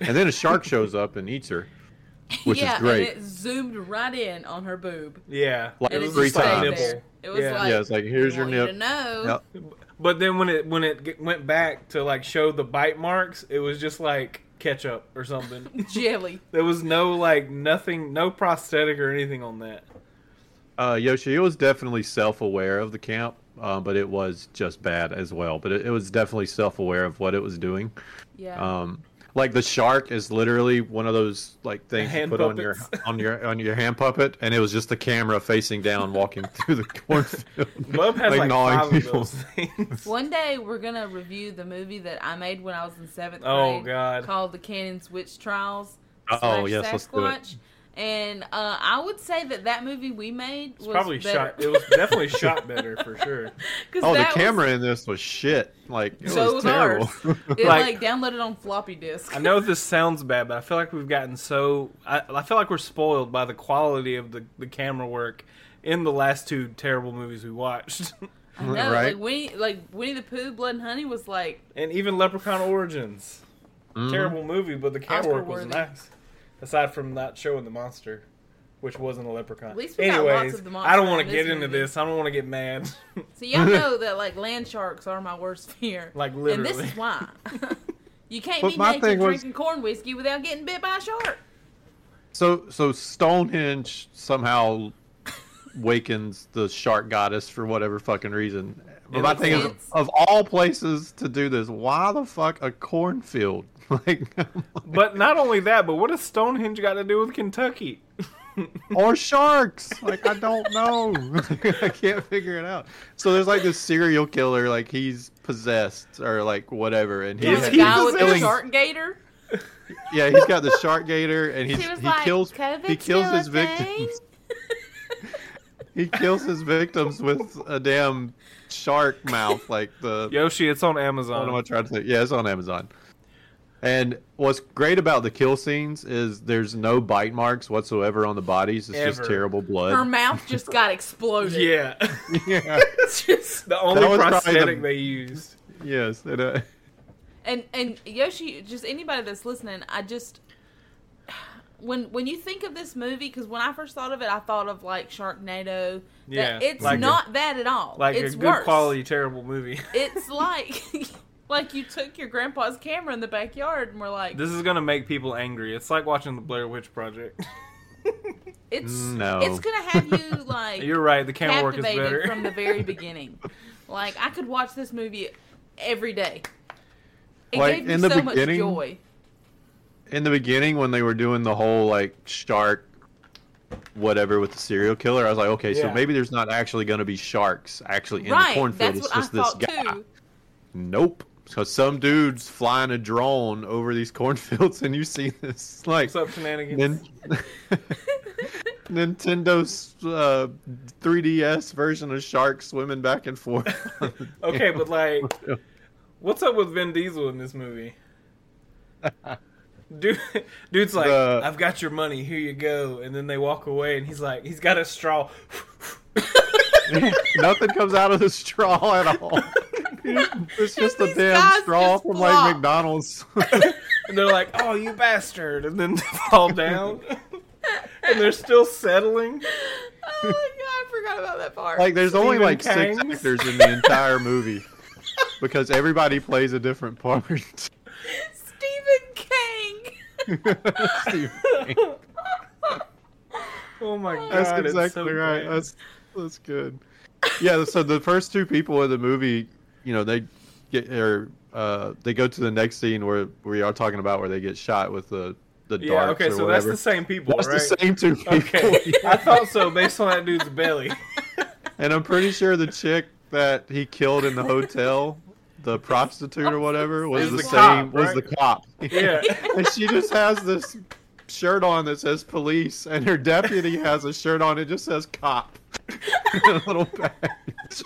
Speaker 2: And then a shark shows up and eats her, which
Speaker 3: yeah,
Speaker 2: is great.
Speaker 3: And it zoomed right in on her boob.
Speaker 1: Yeah.
Speaker 2: Like
Speaker 3: and it
Speaker 2: three
Speaker 3: just stayed
Speaker 2: times.
Speaker 3: There. It was
Speaker 1: Yeah.
Speaker 3: like,
Speaker 2: yeah, it's like here's your
Speaker 3: want you
Speaker 2: nip.
Speaker 3: to know.
Speaker 2: Yep.
Speaker 1: But then when it when it g- went back to like show the bite marks, it was just like ketchup or something.
Speaker 3: Jelly.
Speaker 1: there was no like nothing, no prosthetic or anything on that.
Speaker 2: Uh, Yoshi, it was definitely self-aware of the camp, uh, but it was just bad as well. But it, it was definitely self-aware of what it was doing.
Speaker 3: Yeah.
Speaker 2: Um, like the shark is literally one of those like things you
Speaker 1: Hand
Speaker 2: put on your
Speaker 1: puppets.
Speaker 2: on your on your hand puppet, and it was just the camera facing down, walking through the cornfield,
Speaker 1: Bub has like,
Speaker 2: gnawing
Speaker 1: five of those things.
Speaker 3: One day we're gonna review the movie that I made when I was in seventh
Speaker 1: Oh,
Speaker 3: grade.
Speaker 1: God.
Speaker 3: Called The Cannon's Witch Trials.
Speaker 2: Oh,
Speaker 3: slash
Speaker 2: yes, let's do it.
Speaker 3: Sasquatch. And uh, I would say that that movie we made was
Speaker 1: It's probably
Speaker 3: better.
Speaker 1: shot. It was definitely shot better for sure.
Speaker 3: 'Cause
Speaker 2: Oh, the
Speaker 3: that was-
Speaker 2: camera in this was shit. Like it
Speaker 3: So
Speaker 2: was
Speaker 3: was
Speaker 2: terrible.
Speaker 3: it like,
Speaker 1: like-
Speaker 3: downloaded on floppy disk.
Speaker 1: I know this sounds bad, but I feel like we've gotten so. I, I feel like we're spoiled by the quality of the, the camera work in the last two terrible movies we watched.
Speaker 3: I know,
Speaker 2: Right.
Speaker 3: Like Winnie, like Winnie the Pooh, Blood and Honey was like
Speaker 1: and even Leprechaun Origins.
Speaker 2: Mhm.
Speaker 1: Terrible movie, but the camera work was
Speaker 3: Oscar-worthy.
Speaker 1: nice. Aside from not showing the monster, which wasn't a leprechaun.
Speaker 3: At least we got lots of the monster
Speaker 1: I don't want
Speaker 3: in
Speaker 1: to
Speaker 3: this
Speaker 1: get into
Speaker 3: movie.
Speaker 1: this. I don't want to get mad.
Speaker 3: So y'all know that like land sharks are my worst fear.
Speaker 1: Like,
Speaker 3: And this
Speaker 1: literally.
Speaker 3: is why. you can't
Speaker 2: But
Speaker 3: be
Speaker 2: my
Speaker 3: naked
Speaker 2: thing was-
Speaker 3: drinking corn whiskey without getting bit by a shark.
Speaker 2: So so Stonehenge somehow wakens the shark goddess for whatever fucking reason. But
Speaker 1: It
Speaker 2: my
Speaker 1: makes
Speaker 2: thing is,
Speaker 3: sense.
Speaker 2: of all places to do this, why the fuck a cornfield? Like,
Speaker 1: but not only that, but what does Stonehenge got to do with Kentucky?
Speaker 2: or sharks. Like I don't know. I can't figure it out. So there's like this serial killer, like he's possessed or like whatever, and he,
Speaker 1: Is
Speaker 3: the
Speaker 1: he
Speaker 3: guy with the
Speaker 1: possessed?
Speaker 3: shark gator.
Speaker 2: yeah, he's got the shark gator, and he's,
Speaker 3: She was
Speaker 2: he
Speaker 3: like,
Speaker 2: kills
Speaker 3: "COVID's
Speaker 2: he kills
Speaker 3: still
Speaker 2: his
Speaker 3: a thing."
Speaker 2: victims. he kills his victims with a damn shark mouth, like the
Speaker 1: Yoshi, it's on
Speaker 2: what am I
Speaker 1: Amazon.
Speaker 2: trying to say? Yeah, it's on Amazon. And what's great about the kill scenes is there's no bite marks whatsoever on the bodies. It's just
Speaker 1: Ever.
Speaker 2: terrible blood.
Speaker 3: Her mouth just got exploded.
Speaker 1: Yeah,
Speaker 2: yeah.
Speaker 3: Just-
Speaker 1: the only
Speaker 2: was probably the-
Speaker 1: prosthetic they used.
Speaker 2: Yes. And, uh,
Speaker 3: and and Yoshi, just anybody that's listening, I just when when you think of this movie, because when I first thought of it, I thought of like Sharknado. That-
Speaker 1: Yeah,
Speaker 3: it's
Speaker 1: like a-
Speaker 3: not that at all.
Speaker 1: Like
Speaker 3: it's
Speaker 1: a good
Speaker 3: worse.
Speaker 1: quality terrible movie.
Speaker 3: It's like like you took your grandpa's camera in the backyard and were like,
Speaker 1: this is gonna make people angry. It's like watching the Blair Witch Project.
Speaker 3: it's
Speaker 2: No.
Speaker 3: it's gonna have you like
Speaker 1: You're right. The camera work is
Speaker 3: captivated
Speaker 1: better.
Speaker 3: from the very beginning. Like I could watch this movie every day. It
Speaker 2: Like,
Speaker 3: gave me
Speaker 2: in the
Speaker 3: so
Speaker 2: beginning-
Speaker 3: much joy.
Speaker 2: in the beginning, when they were doing the whole like shark, whatever with the serial killer, I was like, okay, so
Speaker 1: Yeah.
Speaker 2: maybe there's not actually going to be sharks actually in the
Speaker 3: Right,
Speaker 2: cornfield.
Speaker 3: that's
Speaker 2: it's
Speaker 3: what I
Speaker 2: just this
Speaker 3: thought
Speaker 2: guy.
Speaker 3: too.
Speaker 2: Nope. So some dude's flying a drone over these cornfields, and you see this like
Speaker 1: What's up, shenanigans?
Speaker 2: Nin- Nintendo's uh, 3DS version of Shark swimming back and forth.
Speaker 1: Okay, but like,
Speaker 2: Yeah.
Speaker 1: what's up with Vin Diesel in this movie? Dude, dude's like,
Speaker 2: The-
Speaker 1: I've got your money, here you go, and then they walk away, and he's like, he's got a straw.
Speaker 3: Oh,
Speaker 2: Nothing comes out of the straw at all. It's just a
Speaker 3: These
Speaker 2: damn
Speaker 3: guys
Speaker 2: straw
Speaker 3: just
Speaker 2: from
Speaker 3: flop.
Speaker 2: like McDonald's.
Speaker 1: and they're like, "Oh, you bastard!" and then they fall down, and they're still settling.
Speaker 3: Oh my god, I forgot about that part.
Speaker 2: like there's only
Speaker 1: Stephen
Speaker 2: like six
Speaker 1: Kang's.
Speaker 2: actors in the entire movie because everybody plays a different part.
Speaker 3: Stephen King.
Speaker 2: Stephen King.
Speaker 1: Oh my god,
Speaker 2: That's
Speaker 1: it's
Speaker 2: exactly
Speaker 1: so
Speaker 2: right.
Speaker 1: bad.
Speaker 2: That's that's good. Yeah. So the first two people in the movie, you know, they get or uh, they go to the next scene where we are talking about where they get shot with the the darts
Speaker 1: yeah, okay,
Speaker 2: or
Speaker 1: so
Speaker 2: whatever.
Speaker 1: that's the same people,
Speaker 2: That's
Speaker 1: right?
Speaker 2: the same two people.
Speaker 1: Okay, I thought so based on that dude's belly.
Speaker 2: And I'm pretty sure the chick that he killed in the hotel, the prostitute or whatever, was
Speaker 1: Is
Speaker 2: the,
Speaker 1: the
Speaker 2: same.
Speaker 1: cop,
Speaker 2: Was
Speaker 1: right?
Speaker 2: the cop?
Speaker 1: Yeah.
Speaker 2: and she just has this shirt on that says police, and her deputy has a shirt on it just says cop. a little badge.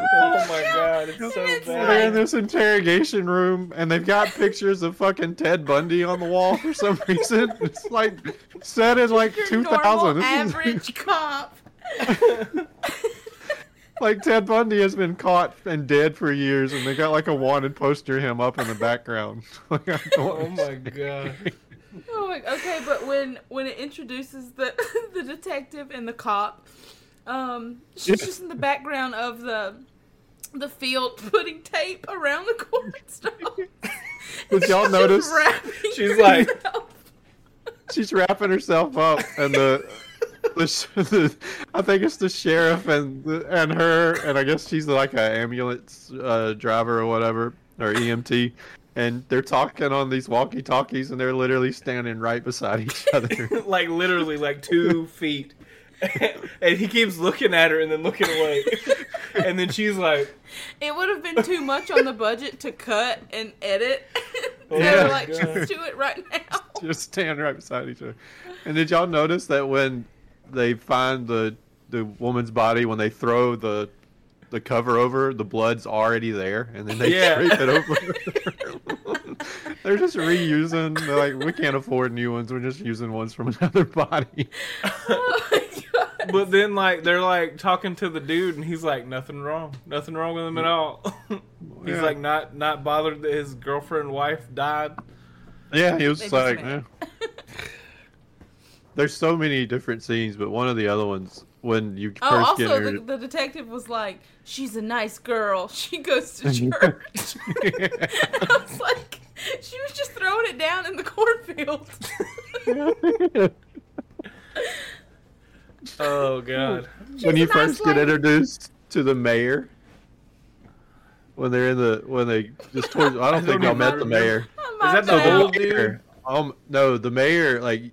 Speaker 1: Oh my god, it's so
Speaker 4: it's
Speaker 2: They're in
Speaker 1: bad.
Speaker 2: this interrogation room, and they've got pictures of fucking Ted Bundy on the wall for some reason. It's like set in like
Speaker 3: Your
Speaker 2: two
Speaker 3: normal
Speaker 2: thousand.
Speaker 3: average cop.
Speaker 2: like Ted Bundy has been caught and dead for years, and they got like a wanted poster of him up in the background. like, I don't
Speaker 1: Oh my god.
Speaker 3: Oh my, okay, but when when it introduces the the detective and the cop, um, she's
Speaker 2: Yeah.
Speaker 3: just in the background of the the field putting tape around the cornstalk.
Speaker 2: Did y'all notice?
Speaker 1: She's like-
Speaker 2: she's wrapping herself up and the, the, sh- the i think it's the sheriff and the, and her and i guess she's like an ambulance uh, driver or whatever or emt and they're talking on these walkie talkies and they're literally standing right beside each other
Speaker 1: like literally like two feet. and he keeps looking at her and then looking away. and then she's like,
Speaker 3: It would have been too much on the budget to cut and edit. so
Speaker 2: Yeah.
Speaker 3: like,
Speaker 1: God.
Speaker 3: just do it right now.
Speaker 2: just standing right beside each other and did y'all notice that when they find the the woman's body when they throw the the cover over the blood's already there and then they
Speaker 1: Yeah.
Speaker 2: scrape it over they're just reusing they're like we can't afford new ones we're just using ones from another body
Speaker 3: Oh my god.
Speaker 1: but then like they're like talking to the dude and he's like nothing wrong nothing wrong with him at all he's
Speaker 2: Yeah.
Speaker 1: like not not bothered that his girlfriend and wife died
Speaker 2: yeah he was
Speaker 3: They
Speaker 2: just
Speaker 3: just
Speaker 2: like
Speaker 3: met.
Speaker 2: "Eh." there's so many different scenes but one of the other ones when you first
Speaker 3: Oh,
Speaker 2: get
Speaker 3: also,
Speaker 2: her
Speaker 3: the, the detective was like, "She's a nice girl. She goes to church." I was like, "She was just throwing it down in the cornfield."
Speaker 1: oh god
Speaker 2: when you
Speaker 3: a nice
Speaker 2: first get
Speaker 3: lady.
Speaker 2: introduced to the mayor when they're in the when they just towards I don't
Speaker 1: I
Speaker 2: think
Speaker 1: don't
Speaker 2: I met the
Speaker 1: even
Speaker 2: mayor.
Speaker 3: I'm
Speaker 1: Is that
Speaker 3: like,
Speaker 1: the
Speaker 2: So
Speaker 3: "Wow."
Speaker 1: whole- old
Speaker 2: mayor- Um no, the mayor like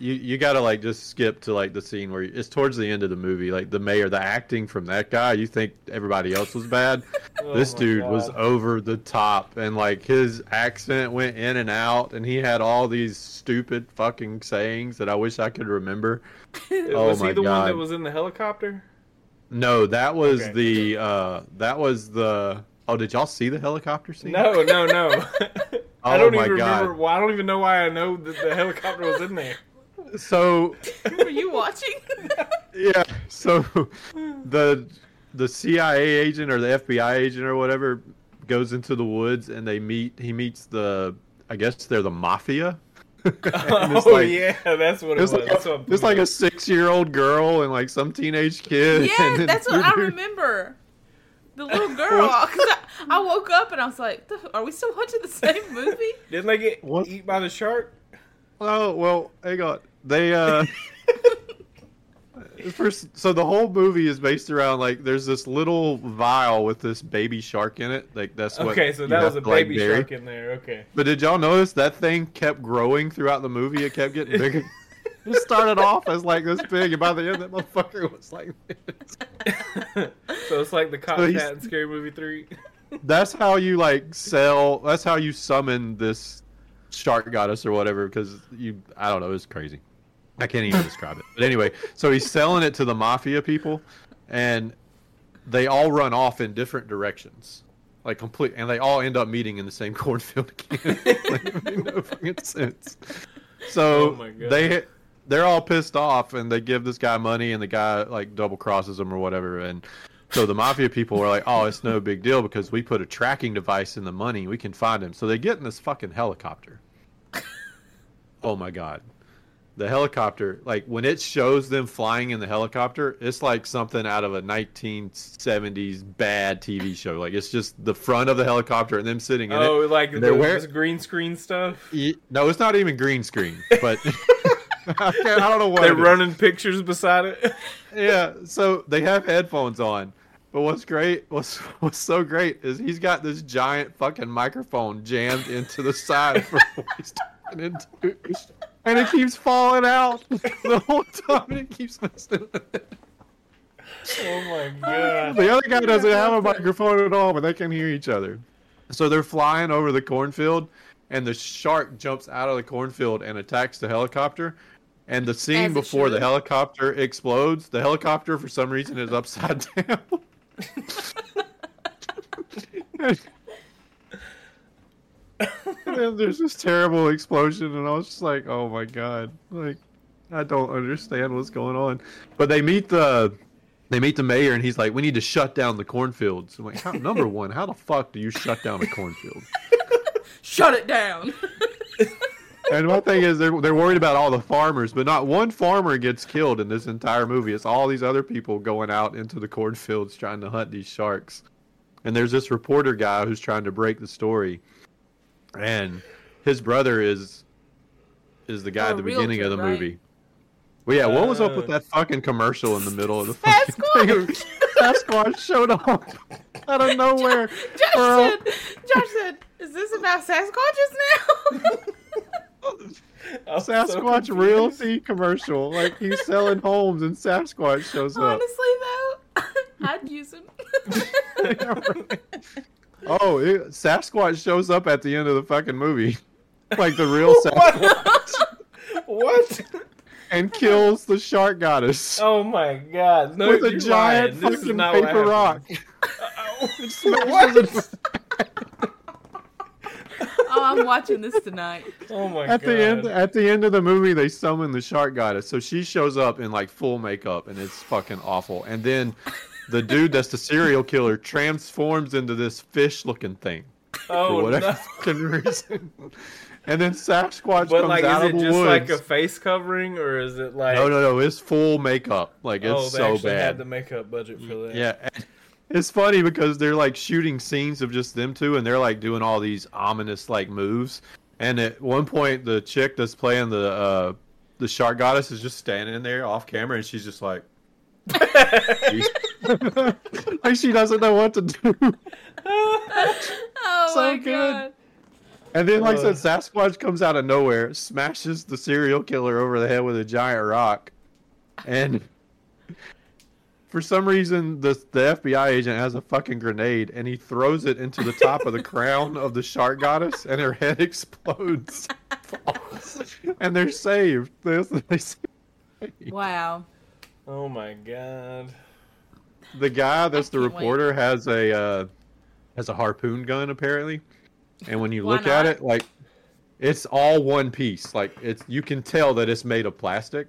Speaker 2: you you got to like just skip to like the scene where it's towards the end of the movie like the mayor the acting from that guy you think everybody else was bad.
Speaker 1: Oh
Speaker 2: this
Speaker 1: my
Speaker 2: dude was
Speaker 1: God.
Speaker 2: over the top and like his accent went in and out and he had all these stupid fucking sayings that I wish I could remember. oh
Speaker 1: was
Speaker 2: my
Speaker 1: he the one that
Speaker 2: God.
Speaker 1: was in the helicopter
Speaker 2: No, that was
Speaker 1: Okay.
Speaker 2: the uh that was the Oh, did y'all see the helicopter scene?
Speaker 1: no no no i
Speaker 2: Oh
Speaker 1: don't
Speaker 2: my
Speaker 1: even
Speaker 2: God.
Speaker 1: remember why i don't even know why i know that the helicopter was in there
Speaker 2: So
Speaker 3: Were you watching?
Speaker 2: yeah, so
Speaker 3: Hmm.
Speaker 2: the the CIA agent or the FBI agent or whatever goes into the woods and they meet he meets the I guess they're the mafia. And
Speaker 1: oh
Speaker 2: it's like-
Speaker 1: yeah that's what it was
Speaker 2: It's like,
Speaker 1: That's what I'm
Speaker 2: a, it's like
Speaker 1: thinking.
Speaker 2: a six year old girl and like some teenage kid. and
Speaker 3: yeah,
Speaker 2: then
Speaker 3: that's what I
Speaker 2: two dudes-
Speaker 3: remember. The little girl. 'Cause I, I woke up and I was like, "The- "Are we still watching the same movie?"
Speaker 1: didn't they get
Speaker 2: What?
Speaker 1: eat by the shark
Speaker 2: Oh well, hang on. They uh first so the whole movie is based around like there's this little vial with this baby shark in it. Like that's what
Speaker 1: okay so
Speaker 2: you
Speaker 1: that
Speaker 2: have
Speaker 1: was a
Speaker 2: to, like,
Speaker 1: baby
Speaker 2: bury.
Speaker 1: shark in there okay
Speaker 2: But did y'all notice that thing kept growing throughout the movie? It kept getting bigger. it started off as like this big and by the end that motherfucker was like this.
Speaker 1: so it's like the cop
Speaker 2: So he's-
Speaker 1: cat in scary movie 3
Speaker 2: That's how you like sell that's how you summon this shark goddess or whatever because you I don't know, it's crazy. I can't even describe it. But anyway, so he's selling it to the mafia people, and they all run off in different directions, like complete, and they all end up meeting in the same cornfield again. like, it made no fucking sense.
Speaker 1: Oh
Speaker 2: So
Speaker 1: my God.
Speaker 2: they they're all pissed off, and they give this guy money, and the guy like double crosses them or whatever, and. So the mafia people were like, "Oh, it's no big deal because we put a tracking device in the money. We can find him." So they get in this fucking helicopter. Oh my god. The helicopter, like when it shows them flying in the helicopter, it's like something out of a 1970s bad TV show. Like it's just the front of the helicopter and them sitting in
Speaker 1: Oh,
Speaker 2: it.
Speaker 1: like
Speaker 2: And
Speaker 1: the,
Speaker 2: they're wear-
Speaker 1: this green screen stuff.
Speaker 2: Y- No, it's not even green screen, but I, can't, I don't know what
Speaker 1: They're
Speaker 2: it is.
Speaker 1: running pictures beside it.
Speaker 2: Yeah, so they have headphones on. But what's great, what's what's so great is he's got this giant fucking microphone jammed into the side for what he's talking into, and it keeps falling out the whole time. And it keeps messing. with it.
Speaker 1: oh my god.
Speaker 2: The other guy doesn't have a microphone at all, but they can hear each other. So they're flying over the cornfield, and the shark jumps out of the cornfield and attacks the helicopter. And the
Speaker 3: As
Speaker 2: scene
Speaker 3: it
Speaker 2: before the
Speaker 3: should.
Speaker 2: helicopter explodes, the helicopter for some reason is upside down. and then there's this terrible explosion, and I was just like, "Oh my god!" Like, I don't understand what's going on. But they meet the they meet the mayor and he's like, "We need to shut down the cornfields." I'm like, how, "Number one, how the fuck do you shut down a cornfield?"
Speaker 3: Shut it down.
Speaker 2: And my thing is, they're they're worried about all the farmers, but not one farmer gets killed in this entire movie. It's all these other people going out into the cornfields trying to hunt these sharks. And there's this reporter guy who's trying to break the story, and his brother is is the guy
Speaker 3: Oh,
Speaker 2: at the beginning
Speaker 3: realtor,
Speaker 2: of the
Speaker 3: right?
Speaker 2: movie. Well, yeah, what was up with
Speaker 1: Oh.
Speaker 2: that fucking commercial in the middle of the fucking thing? Sasquatch showed up out of nowhere.
Speaker 3: Josh
Speaker 2: Earl.
Speaker 3: said, Josh said, is this about Sasquatches now?
Speaker 1: I'm so
Speaker 2: Sasquatch
Speaker 1: confused.
Speaker 2: Realty commercial. Like he's selling homes and Sasquatch shows up.
Speaker 3: Honestly, though, I'd use him.
Speaker 2: Oh, it, Sasquatch shows up at the end of the fucking movie. Like the real Sasquatch
Speaker 1: What?
Speaker 2: and kills the shark goddess
Speaker 1: Oh my god. No,
Speaker 2: with a
Speaker 1: you're
Speaker 2: giant
Speaker 1: lying. This is
Speaker 2: fucking
Speaker 1: not what
Speaker 2: paper
Speaker 1: happened.
Speaker 2: rock.
Speaker 1: Oh,
Speaker 2: Smashes it
Speaker 3: oh, I'm watching this tonight.
Speaker 1: oh my
Speaker 2: At
Speaker 1: god.
Speaker 2: the end at the end of the movie they summon the shark goddess. So she shows up in like full makeup and it's fucking awful. And then the dude that's the serial killer transforms into this fish looking thing. for
Speaker 1: oh,
Speaker 2: whatever
Speaker 1: no.
Speaker 2: fucking reason. And then Sasquatch
Speaker 1: But
Speaker 2: comes
Speaker 1: like,
Speaker 2: out
Speaker 1: is it
Speaker 2: of the
Speaker 1: just
Speaker 2: woods.
Speaker 1: like a face covering, or is it like?
Speaker 2: no, no, no! It's full makeup. Like it's
Speaker 1: oh, they
Speaker 2: so
Speaker 1: actually had
Speaker 2: bad. Mm,
Speaker 1: the makeup budget for that.
Speaker 2: Yeah, and it's funny because they're like shooting scenes of just them two, and they're like doing all these ominous like moves. And at one point, the chick that's playing the uh, the shark goddess is just standing there off camera, and she's just like, she's- like she doesn't know what to do.
Speaker 3: Oh
Speaker 2: So
Speaker 3: my
Speaker 2: good.
Speaker 3: god.
Speaker 2: And then, like I
Speaker 1: Ugh.
Speaker 2: said, Sasquatch comes out of nowhere, smashes the serial killer over the head with a giant rock, and for some reason, the the FBI agent has a fucking grenade, and he throws it into the top of the crown of the shark goddess, and her head explodes, and they're saved. They, they,
Speaker 3: Wow.
Speaker 1: Oh my god.
Speaker 2: the guy that's the
Speaker 3: I can't wait.
Speaker 2: reporter has a uh, has a harpoon gun apparently, and when you
Speaker 3: Why
Speaker 2: look at
Speaker 3: not?
Speaker 2: it, like it's all one piece. Like it's you can tell that it's made of plastic.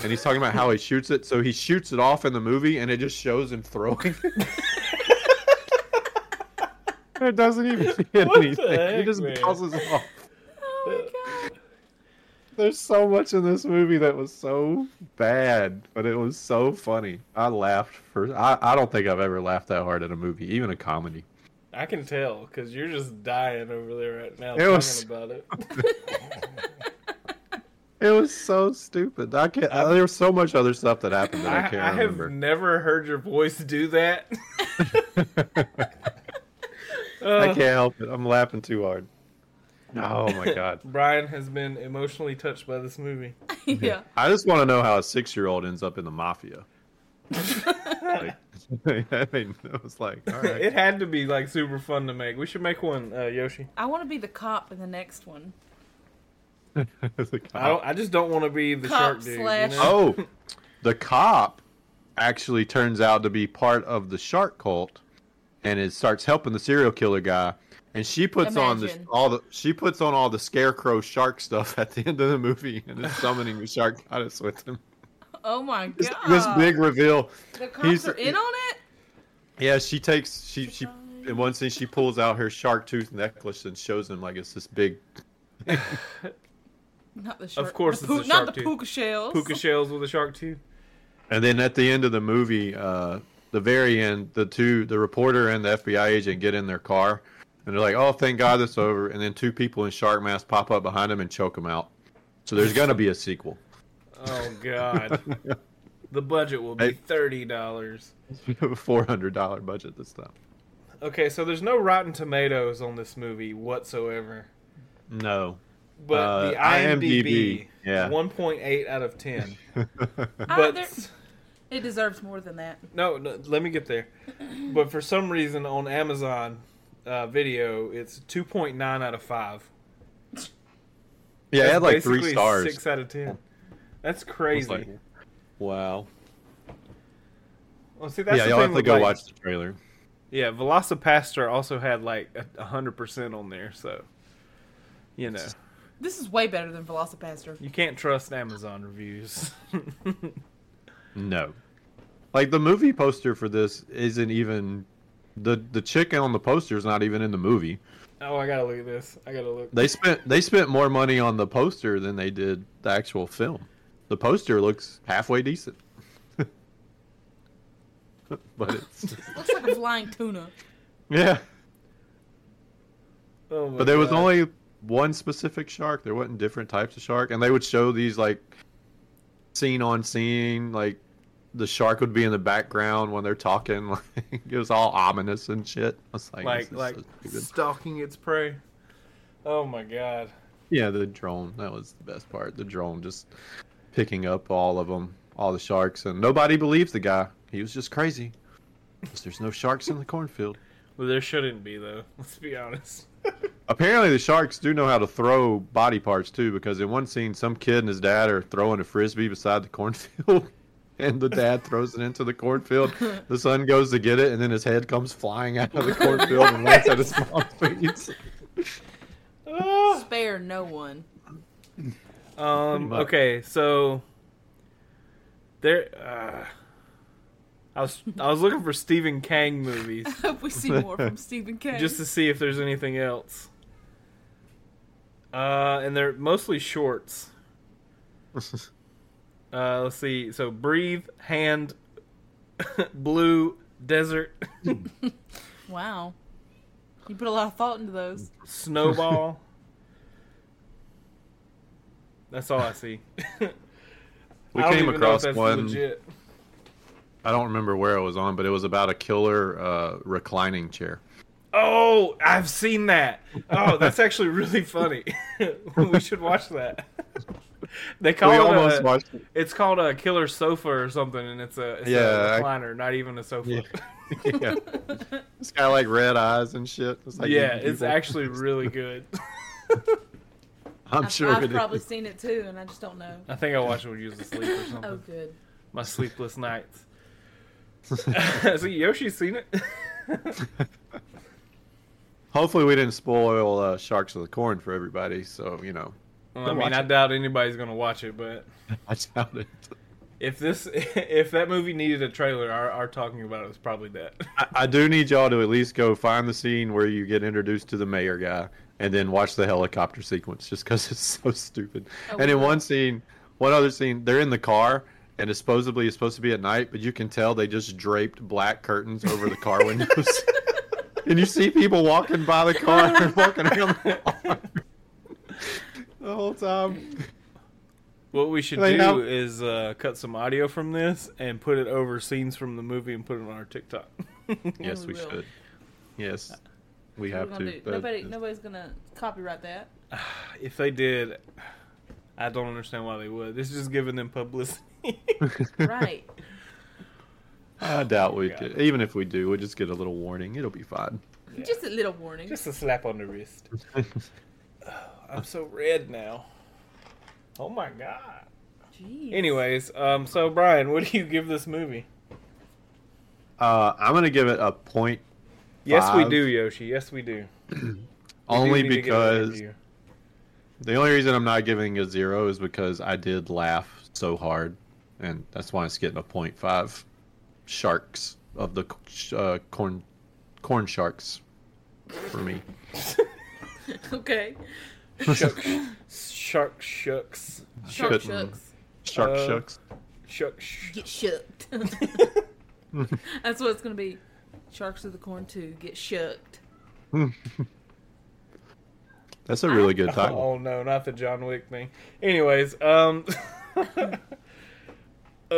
Speaker 2: And he's talking about how he shoots it. So he shoots it off in the movie, and it just shows him throwing. it. it doesn't even hit
Speaker 1: What the
Speaker 2: anything. it
Speaker 1: heck,
Speaker 2: just
Speaker 1: man?
Speaker 2: bounces off.
Speaker 3: Oh my god.
Speaker 2: There's so much in this movie that was so bad, but it was so funny. I laughed for I, I don't think I've ever laughed that hard at a movie, even a comedy.
Speaker 1: I can tell because you're just dying over there right now
Speaker 2: It
Speaker 1: talking
Speaker 2: was-
Speaker 1: about it.
Speaker 2: It was so stupid. I can't I, there was so much other stuff that happened that I,
Speaker 1: I,
Speaker 2: can't
Speaker 1: I have
Speaker 2: remember.
Speaker 1: never heard your voice do that.
Speaker 2: I
Speaker 1: Uh,
Speaker 2: can't help it. I'm laughing too hard. Oh my god.
Speaker 1: Brian has been emotionally touched by this movie.
Speaker 3: yeah.
Speaker 2: I just want to know how a six year old ends up in the mafia. Like, I mean, it was like, all right.
Speaker 1: It had to be like super fun to make. We should make one, uh, Yoshi.
Speaker 3: I want to be the cop in the next one.
Speaker 2: The
Speaker 1: I don't. I just don't want to be the
Speaker 3: Cop
Speaker 1: shark dude. you
Speaker 3: slash-
Speaker 1: know?
Speaker 2: Oh, the cop actually turns out to be part of the shark cult, and it starts helping the serial killer guy. And she puts on the,
Speaker 3: Imagine.
Speaker 2: all the she puts on all the scarecrow shark stuff at the end of the movie, and is summoning the shark goddess with him.
Speaker 3: Oh my god.
Speaker 2: This, this big reveal.
Speaker 3: the cops
Speaker 2: he's-
Speaker 3: are in on it?
Speaker 2: Yeah, she takes she she in one scene she pulls out her shark tooth necklace and shows him like it's this big.
Speaker 3: Not the shark.
Speaker 1: course
Speaker 3: the
Speaker 1: it's the
Speaker 3: poo- Not
Speaker 1: shark
Speaker 3: the
Speaker 1: tooth.
Speaker 3: puka shells.
Speaker 1: Puka shells with a shark too.
Speaker 2: And then at the end of the movie, uh, the very end, the two, the reporter and the FBI agent get in their car, and they're like, "Oh, thank God it's over." And then two people in shark masks pop up behind them and choke them out. So there's gonna be a sequel.
Speaker 1: Oh God, the budget will be
Speaker 2: Hey.
Speaker 1: thirty dollars.
Speaker 2: Four hundred dollar budget this time.
Speaker 1: Okay, so there's no Rotten Tomatoes on this movie whatsoever,
Speaker 2: No.
Speaker 1: but
Speaker 2: Uh,
Speaker 1: the IMDb,
Speaker 2: IMDb, yeah.
Speaker 1: 1.8 out of 10.
Speaker 3: Ah,
Speaker 1: but
Speaker 3: there- It deserves more than that.
Speaker 1: no, no, let me get there. But for some reason on Amazon uh, Video, it's 2.9 out of 5.
Speaker 2: yeah, it had
Speaker 1: That's
Speaker 2: like three
Speaker 1: basically
Speaker 2: stars.
Speaker 1: Six out of ten. That's
Speaker 2: I was
Speaker 1: crazy.
Speaker 2: like, wow.
Speaker 1: well, see, that's
Speaker 2: yeah,
Speaker 1: the
Speaker 2: y'all
Speaker 1: thing
Speaker 2: have to
Speaker 1: with,
Speaker 2: go
Speaker 1: like-
Speaker 2: watch the trailer.
Speaker 1: Yeah, Velocipaster also had like a hundred percent on there, so you know
Speaker 3: This is way better than Velocipaster.
Speaker 1: you can't trust Amazon reviews.
Speaker 2: No. Like the movie poster for this isn't even the the chick on the poster is not even in the movie.
Speaker 1: oh, I gotta look at this. I gotta look.
Speaker 2: They spent they spent more money on the poster than they did the actual film. The poster looks halfway decent. but it's
Speaker 3: Looks like a flying tuna.
Speaker 2: yeah,
Speaker 1: Oh my
Speaker 2: but there was
Speaker 1: God.
Speaker 2: only one specific shark. There wasn't different types of shark and they would show these like scene on scene like the shark would be in the background when they're talking like it was all ominous and shit. I was like
Speaker 1: like
Speaker 2: this is
Speaker 1: like
Speaker 2: so stupid.
Speaker 1: stalking its prey. Oh my god.
Speaker 2: Yeah, the drone. That was the best part. The drone just picking up all of them, all the sharks, and nobody believes the guy. He was just crazy. 'Cause There's no sharks in the cornfield.
Speaker 1: Well, there shouldn't be though. Let's be honest.
Speaker 2: Apparently, the sharks do know how to throw body parts too, because in one scene, some kid and his dad are throwing a frisbee beside the cornfield, and the dad throws it into the cornfield. The son goes to get it, and then his head comes flying out of the cornfield and lands at his mom's feet.
Speaker 1: Ah.
Speaker 3: Spare no one.
Speaker 1: Um.
Speaker 2: much.
Speaker 1: Okay. So there. Uh, I was I was looking for Stephen Kang movies
Speaker 3: I hope we see more from Stephen King.
Speaker 1: just to see if there's anything else. Uh, and they're mostly shorts. Uh, let's see. So breathe, hand, blue, desert,
Speaker 3: wow. You put a lot of thought into those.
Speaker 1: snowball. That's all I see.
Speaker 2: We
Speaker 1: I don't
Speaker 2: came
Speaker 1: even know if
Speaker 2: across
Speaker 1: that's
Speaker 2: one.
Speaker 1: legit.
Speaker 2: I don't remember where it was on, but it was about a killer uh, reclining chair.
Speaker 1: Oh, I've seen that. Oh, that's actually really funny. we should watch that. They call
Speaker 2: we
Speaker 1: it
Speaker 2: almost
Speaker 1: a,
Speaker 2: watched it.
Speaker 1: it's called a killer sofa or something, and it's a, it's
Speaker 2: Yeah,
Speaker 1: a
Speaker 2: I-
Speaker 1: recliner, not even a sofa. Yeah,
Speaker 2: Yeah. yeah. It's got like red eyes and shit. It's like evil.
Speaker 1: it's actually really good.
Speaker 2: I'm
Speaker 3: I've,
Speaker 2: sure
Speaker 3: I've
Speaker 2: it is.
Speaker 3: probably seen it too, and I just don't know.
Speaker 1: I think I watched it when you was asleep or
Speaker 3: Oh,
Speaker 1: something.
Speaker 3: good.
Speaker 1: My sleepless nights. so Yoshi's seen it.
Speaker 2: Hopefully, we didn't spoil uh, Sharks of the Corn for everybody. So you know,
Speaker 1: Well, I
Speaker 2: Go
Speaker 1: mean,
Speaker 2: watch
Speaker 1: I
Speaker 2: it.
Speaker 1: doubt anybody's gonna watch it, but
Speaker 2: I doubt it.
Speaker 1: if this if that movie needed a trailer, our, our talking about it was probably that.
Speaker 2: I, I do need y'all to at least go find the scene where you get introduced to the mayor guy, and then watch the helicopter sequence, just because it's so stupid.
Speaker 3: Oh,
Speaker 2: and in
Speaker 3: wow.
Speaker 2: one scene, one other scene, they're in the car. And it's supposedly it's supposed to be at night, but you can tell they just draped black curtains over the car windows. and you see people walking by the car and walking around the car the whole time.
Speaker 1: What we should
Speaker 2: They
Speaker 1: do
Speaker 2: know.
Speaker 1: is uh, cut some audio from this and put it over scenes from the movie and put it on our TikTok.
Speaker 2: Yes, we
Speaker 3: we will.
Speaker 2: should. Yes, we
Speaker 3: We're
Speaker 2: have
Speaker 3: gonna
Speaker 2: to.
Speaker 3: do,
Speaker 2: That-
Speaker 3: nobody, nobody's gonna copyright that.
Speaker 1: if they did, I don't understand why they would. This is just giving them publicity.
Speaker 3: Right.
Speaker 2: I doubt we
Speaker 1: God.
Speaker 2: could. Even if we do, we just get a little warning. It'll be fine.
Speaker 3: Just a little warning.
Speaker 1: just a slap on the wrist.
Speaker 2: Uh,
Speaker 1: I'm so red now. Oh my god.
Speaker 3: Jeez.
Speaker 1: Anyways, um, so Brian, what do you give this movie?
Speaker 2: Uh, I'm gonna give it a point
Speaker 1: Yes, we
Speaker 2: Five.
Speaker 1: do, Yoshi. Yes, we do. We do
Speaker 2: only
Speaker 1: need to get an
Speaker 2: because
Speaker 1: interview.
Speaker 2: the only reason I'm not giving a zero is because I did laugh so hard, and that's why it's getting a point five. Sharks of the c- uh, corn corn sharks for me.
Speaker 3: Okay.
Speaker 1: Shuck- shark shucks.
Speaker 3: Shark
Speaker 2: Shouldn't.
Speaker 3: shucks.
Speaker 2: Shark
Speaker 1: Uh,
Speaker 2: shucks.
Speaker 1: Shuck sh-
Speaker 3: Get shooked. That's what it's gonna be. Sharks of the Corn 2. Get shooked.
Speaker 2: That's a really good title.
Speaker 1: Oh no, not the John Wick thing. Anyways, um uh,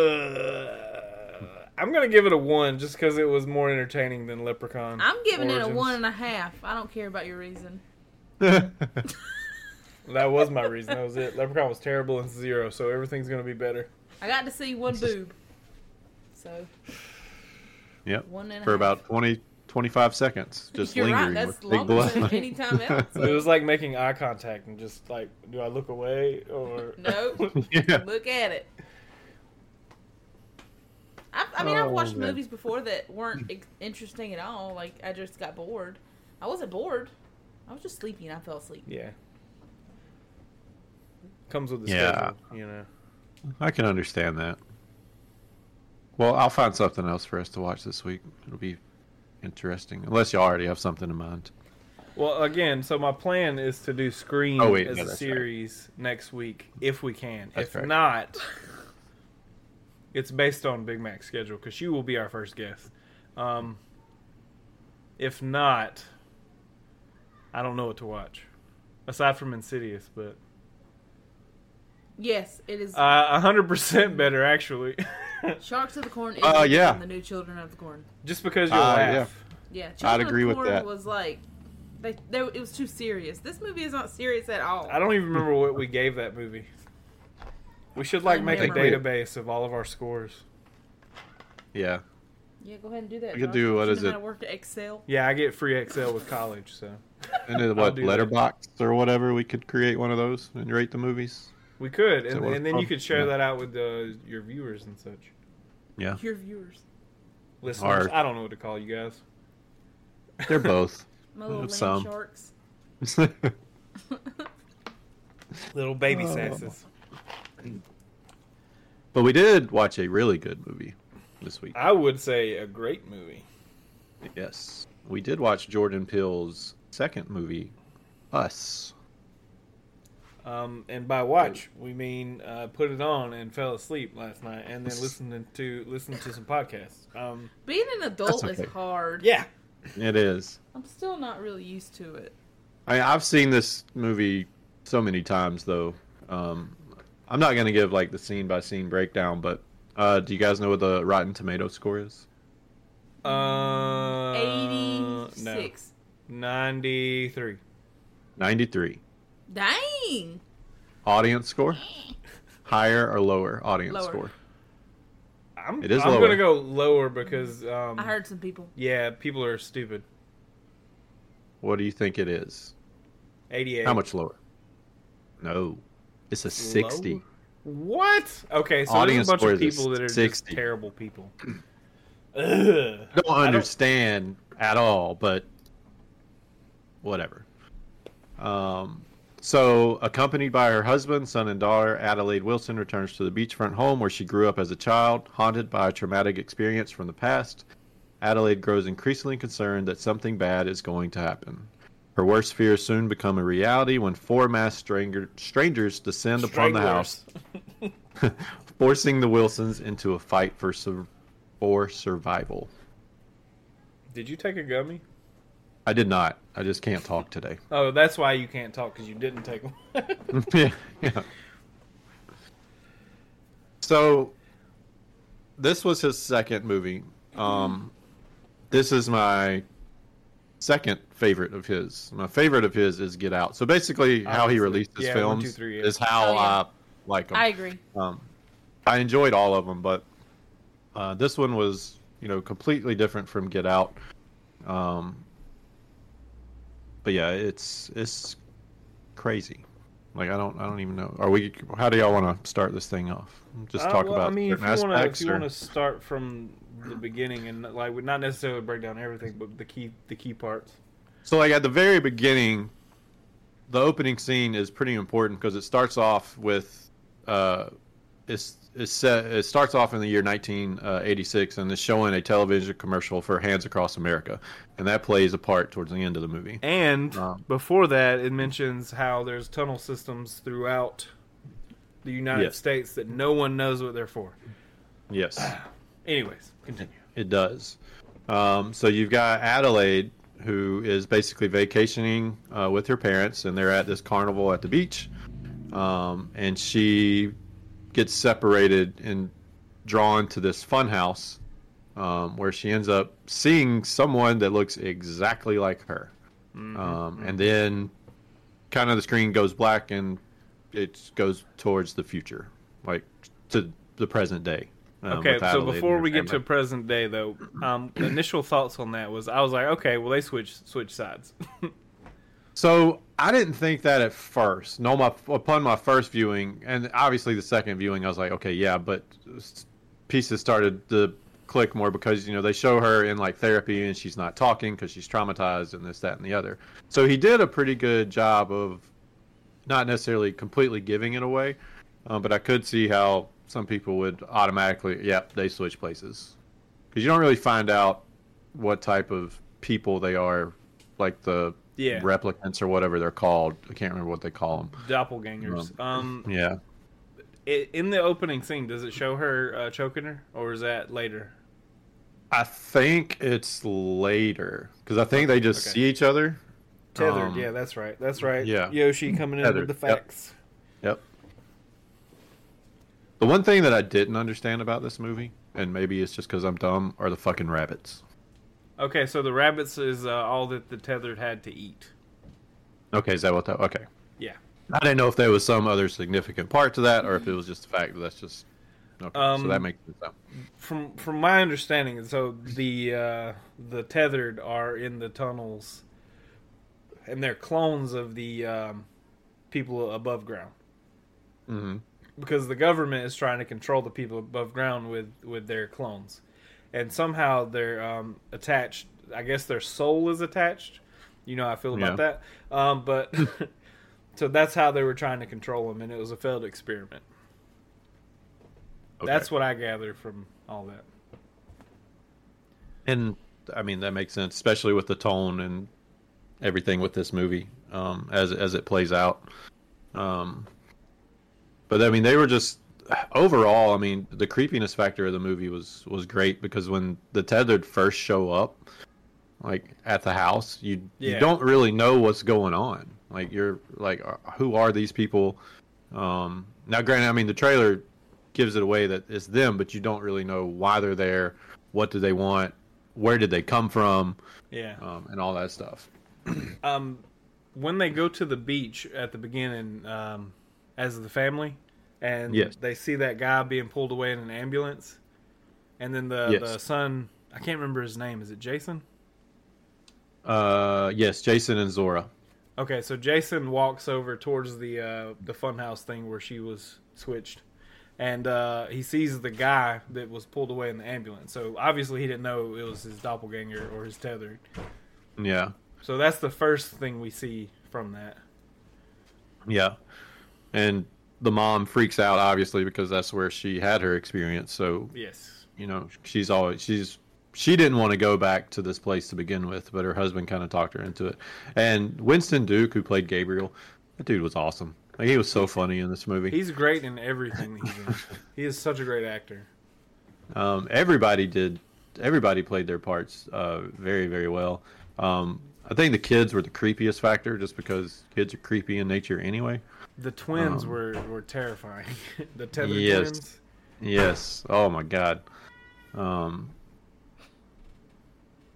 Speaker 1: I'm gonna give it a one just because it was more entertaining than Leprechaun.
Speaker 3: I'm giving it a
Speaker 1: Origins.
Speaker 3: one and a half. I don't care about your reason.
Speaker 1: oh. That was my reason. That was it. Leprechaun was terrible and zero, so everything's gonna be better.
Speaker 3: I got to see one
Speaker 2: This is-
Speaker 3: boob. So
Speaker 2: yep.
Speaker 3: one and a
Speaker 2: For
Speaker 3: half.
Speaker 2: about 20, 25 seconds, just
Speaker 3: You're right,
Speaker 2: lingering
Speaker 3: that's
Speaker 2: with big
Speaker 3: longer
Speaker 2: blood.
Speaker 3: than any time else.
Speaker 1: It was like making eye contact and just like, do I look away or
Speaker 3: No.
Speaker 2: yeah.
Speaker 3: Look at it. I, I mean, I've
Speaker 2: Oh,
Speaker 3: watched
Speaker 2: man.
Speaker 3: movies before that weren't ex- interesting at all. Like I just got bored. I wasn't bored. I was just sleepy and I fell asleep.
Speaker 1: Yeah. Comes with the
Speaker 2: Yeah.
Speaker 1: schedule, you know.
Speaker 2: I can understand that. Well, I'll find something else for us to watch this week. It'll be interesting, unless you already have something in mind.
Speaker 1: Well, again, so my plan is to do Scream
Speaker 2: Oh, wait,
Speaker 1: as
Speaker 2: no,
Speaker 1: a
Speaker 2: that's right.
Speaker 1: series next week if we can.
Speaker 2: That's
Speaker 1: if
Speaker 2: right.
Speaker 1: not, it's based on Big Mac's schedule because you will be our first guest. Um, if not, I don't know what to watch aside from Insidious, but
Speaker 3: Yes, it is.
Speaker 1: uh, 100% better actually.
Speaker 3: Sharks of the Corn is
Speaker 2: Uh, yeah.
Speaker 3: on the new Children of the Corn.
Speaker 1: Just because you'll
Speaker 2: Uh,
Speaker 1: laugh.
Speaker 3: Yeah, Children
Speaker 2: agree
Speaker 3: of the
Speaker 2: with
Speaker 3: Corn
Speaker 2: that.
Speaker 3: was like, they, they, it was too serious. This movie is not serious at all.
Speaker 1: I don't even remember what we gave that movie. We should like make a
Speaker 3: Think we-
Speaker 1: database of all of our scores.
Speaker 2: Yeah.
Speaker 3: yeah, go ahead and do that.
Speaker 2: We could
Speaker 3: Josh.
Speaker 2: do- what
Speaker 3: You
Speaker 2: is
Speaker 3: know how
Speaker 2: it?
Speaker 3: to Work at Excel.
Speaker 1: Yeah, I get free Excel with college, so
Speaker 2: And then
Speaker 1: I'll
Speaker 2: what,
Speaker 1: do that.
Speaker 2: Letterbox or whatever, we could create one of those and rate the movies.
Speaker 1: we could,
Speaker 2: Is that
Speaker 1: and,
Speaker 2: what it's
Speaker 1: and then you
Speaker 2: called?
Speaker 1: could share
Speaker 2: Yeah.
Speaker 1: that out with uh, your viewers and such.
Speaker 2: Yeah.
Speaker 3: Your viewers,
Speaker 1: Listeners,
Speaker 2: Or-
Speaker 1: I don't know what to call you guys.
Speaker 2: They're both.
Speaker 3: my little land
Speaker 2: Some.
Speaker 3: sharks.
Speaker 1: Little baby
Speaker 2: Oh.
Speaker 1: sasses.
Speaker 2: But we did watch a really good movie this week.
Speaker 1: I would say a great movie.
Speaker 2: Yes. We did watch Jordan Peele's second movie, Us.
Speaker 1: Um, and by watch, we mean uh, put it on and fell asleep last night, and then listening to listen to some podcasts. Um,
Speaker 3: Being an adult
Speaker 2: That's okay.
Speaker 3: is hard.
Speaker 1: yeah,
Speaker 2: It is.
Speaker 3: I'm still not really used to it.
Speaker 2: I mean, I've seen this movie so many times, though. Um, I'm not going to give like the scene by scene breakdown, but uh, do you guys know what the Rotten Tomato score is?
Speaker 1: uh, no.
Speaker 3: 86.
Speaker 1: 93.
Speaker 2: 93.
Speaker 3: Dang.
Speaker 2: Audience score? Higher or lower audience
Speaker 3: Lower.
Speaker 2: score?
Speaker 1: I'm,
Speaker 2: It is
Speaker 1: I'm
Speaker 2: lower.
Speaker 1: gonna go lower because um,
Speaker 3: I heard some people.
Speaker 1: yeah, people are stupid.
Speaker 2: What do you think it is?
Speaker 1: 88.
Speaker 2: How much lower? No. It's a 60.
Speaker 1: Lower? What? Okay, so
Speaker 2: Audience
Speaker 1: there's a
Speaker 2: score
Speaker 1: bunch of
Speaker 2: is a
Speaker 1: people that are
Speaker 2: 60.
Speaker 1: just terrible people. Ugh.
Speaker 2: I don't understand at all, but whatever. Um, so, accompanied by her husband, son, and daughter, Adelaide Wilson returns to the beachfront home where she grew up as a child, haunted by a traumatic experience from the past. Adelaide grows increasingly concerned that something bad is going to happen. Her worst fears soon become a reality when four masked stranger- strangers descend upon the house,
Speaker 1: Stranglers.
Speaker 2: forcing the Wilsons into a fight for, sur- for survival.
Speaker 1: Did you take a gummy?
Speaker 2: I did not. I just can't talk today.
Speaker 1: Oh, that's why you can't talk because you didn't take one.
Speaker 2: yeah, yeah. So, this was his second movie. Um, this is my second favorite of his. My favorite of his is Get Out. So basically, how
Speaker 1: Obviously.
Speaker 2: he released his
Speaker 1: Oh, Yeah, one,
Speaker 2: films
Speaker 1: two, three, yeah.
Speaker 2: is how
Speaker 3: Oh, yeah.
Speaker 2: I like them.
Speaker 3: I agree.
Speaker 2: Um, I enjoyed all of them, but uh, this one was, you know, completely different from Get Out. Um, but yeah, it's it's crazy. Like I don't I don't even know. Are we? How do y'all want to start this thing off? Just
Speaker 1: Uh,
Speaker 2: talk
Speaker 1: well,
Speaker 2: about
Speaker 1: I mean, if you
Speaker 2: certain
Speaker 1: wanna- if
Speaker 2: aspects.
Speaker 1: you
Speaker 2: or-
Speaker 1: want to start from the beginning and like not necessarily break down everything, but the key the key parts.
Speaker 2: So like at the very beginning, the opening scene is pretty important because it starts off with uh, it's, it's set, it starts off in the year 1986 and it's showing a television commercial for Hands Across America, and that plays a part towards the end of the movie.
Speaker 1: And
Speaker 2: Um,
Speaker 1: before that, it mentions how there's tunnel systems throughout the United
Speaker 2: Yes.
Speaker 1: States that no one knows what they're for.
Speaker 2: Yes,
Speaker 1: Anyways, continue.
Speaker 2: it does. Um, so you've got Adelaide who is basically vacationing uh, with her parents, and they're at this carnival at the beach, um, and she gets separated and drawn to this funhouse um, where she ends up seeing someone that looks exactly like her.
Speaker 1: Mm-hmm.
Speaker 2: Um, and then kind of the screen goes black and it goes towards the future, like to the present day. um,
Speaker 1: Okay,
Speaker 2: with
Speaker 1: so
Speaker 2: Adelaide
Speaker 1: before
Speaker 2: and
Speaker 1: we
Speaker 2: her
Speaker 1: get to
Speaker 2: family.
Speaker 1: present day, though, um, the initial thoughts on that was I was like, okay, well they switch switch sides.
Speaker 2: So I didn't think that at first. No, my upon my first viewing, and obviously the second viewing, I was like, okay, yeah, but s- pieces started to click more because you know they show her in like therapy and she's not talking because she's traumatized and this, that, and the other. So he did a pretty good job of not necessarily completely giving it away, um, but I could see how some people would automatically, yep, they switch places because you don't really find out what type of people they are, like the
Speaker 1: Yeah.
Speaker 2: replicants or whatever they're called. I can't remember what they call them.
Speaker 1: Doppelgangers. Um,
Speaker 2: Yeah,
Speaker 1: i in the opening scene, does it show her uh, choking her, or is that later?
Speaker 2: I think it's later because I think they just
Speaker 1: Okay.
Speaker 2: see each other.
Speaker 1: Tethered.
Speaker 2: Um,
Speaker 1: yeah, that's right. That's right.
Speaker 2: yeah.
Speaker 1: Yoshi coming in with
Speaker 2: Tethered,
Speaker 1: the
Speaker 2: yep.
Speaker 1: facts.
Speaker 2: Yep. The one thing that I didn't understand about this movie, and maybe it's just because I'm dumb, are the fucking rabbits.
Speaker 1: Okay, so the rabbits is uh, all that the tethered had to eat.
Speaker 2: Okay, is that what that? Okay,
Speaker 1: Yeah.
Speaker 2: I didn't know if there was some other significant part to that, or if it was just the fact that that's just. Okay,
Speaker 1: Um,
Speaker 2: so that makes sense. now.
Speaker 1: From from my understanding, so the uh, the tethered are in the tunnels, and they're clones of the um, people above ground.
Speaker 2: Mhm.
Speaker 1: because the government is trying to control the people above ground with with their clones, and somehow they're um, attached. I guess their soul is attached. You know how I feel about
Speaker 2: Yeah.
Speaker 1: that. Um, but so that's how they were trying to control them, and it was a failed experiment.
Speaker 2: Okay.
Speaker 1: That's what I gather from all that.
Speaker 2: And I mean that makes sense, especially with the tone and everything with this movie um, as as it plays out. Um, but I mean, they were just overall. I mean, the creepiness factor of the movie was was great because when the tethered first show up, like at the house, you
Speaker 1: Yeah.
Speaker 2: you don't really know what's going on. Like you're like, uh, who are these people? Um, now, granted, I mean the trailer gives it away that it's them, but you don't really know why they're there, what do they want, where did they come from,
Speaker 1: Yeah.
Speaker 2: um, and all that stuff.
Speaker 1: Um, when they go to the beach at the beginning, um, as the family, and
Speaker 2: Yes.
Speaker 1: they see that guy being pulled away in an ambulance, and then the,
Speaker 2: Yes.
Speaker 1: the son. I can't remember his name. Is it Jason?
Speaker 2: Uh, yes, Jason and Zora.
Speaker 1: Okay, so Jason walks over towards the uh, the funhouse thing where she was switched, and uh, he sees the guy that was pulled away in the ambulance. So obviously he didn't know it was his doppelganger or his tethered.
Speaker 2: Yeah,
Speaker 1: So that's the first thing we see from that.
Speaker 2: yeah, and the mom freaks out obviously because that's where she had her experience. So
Speaker 1: Yes.
Speaker 2: you know she's always she's she didn't want to go back to this place to begin with, but her husband kind of talked her into it. And Winston Duke, who played Gabriel, that dude was awesome. Like he was so funny in this movie.
Speaker 1: He's great in everything that he's in. he is such a great actor.
Speaker 2: Um, everybody did. Everybody played their parts uh, very, very well. Um, I think the kids were the creepiest factor, just because kids are creepy in nature anyway.
Speaker 1: The twins
Speaker 2: Um,
Speaker 1: were, were terrifying. the tethered
Speaker 2: Yes.
Speaker 1: twins.
Speaker 2: Yes. Oh my god. Um,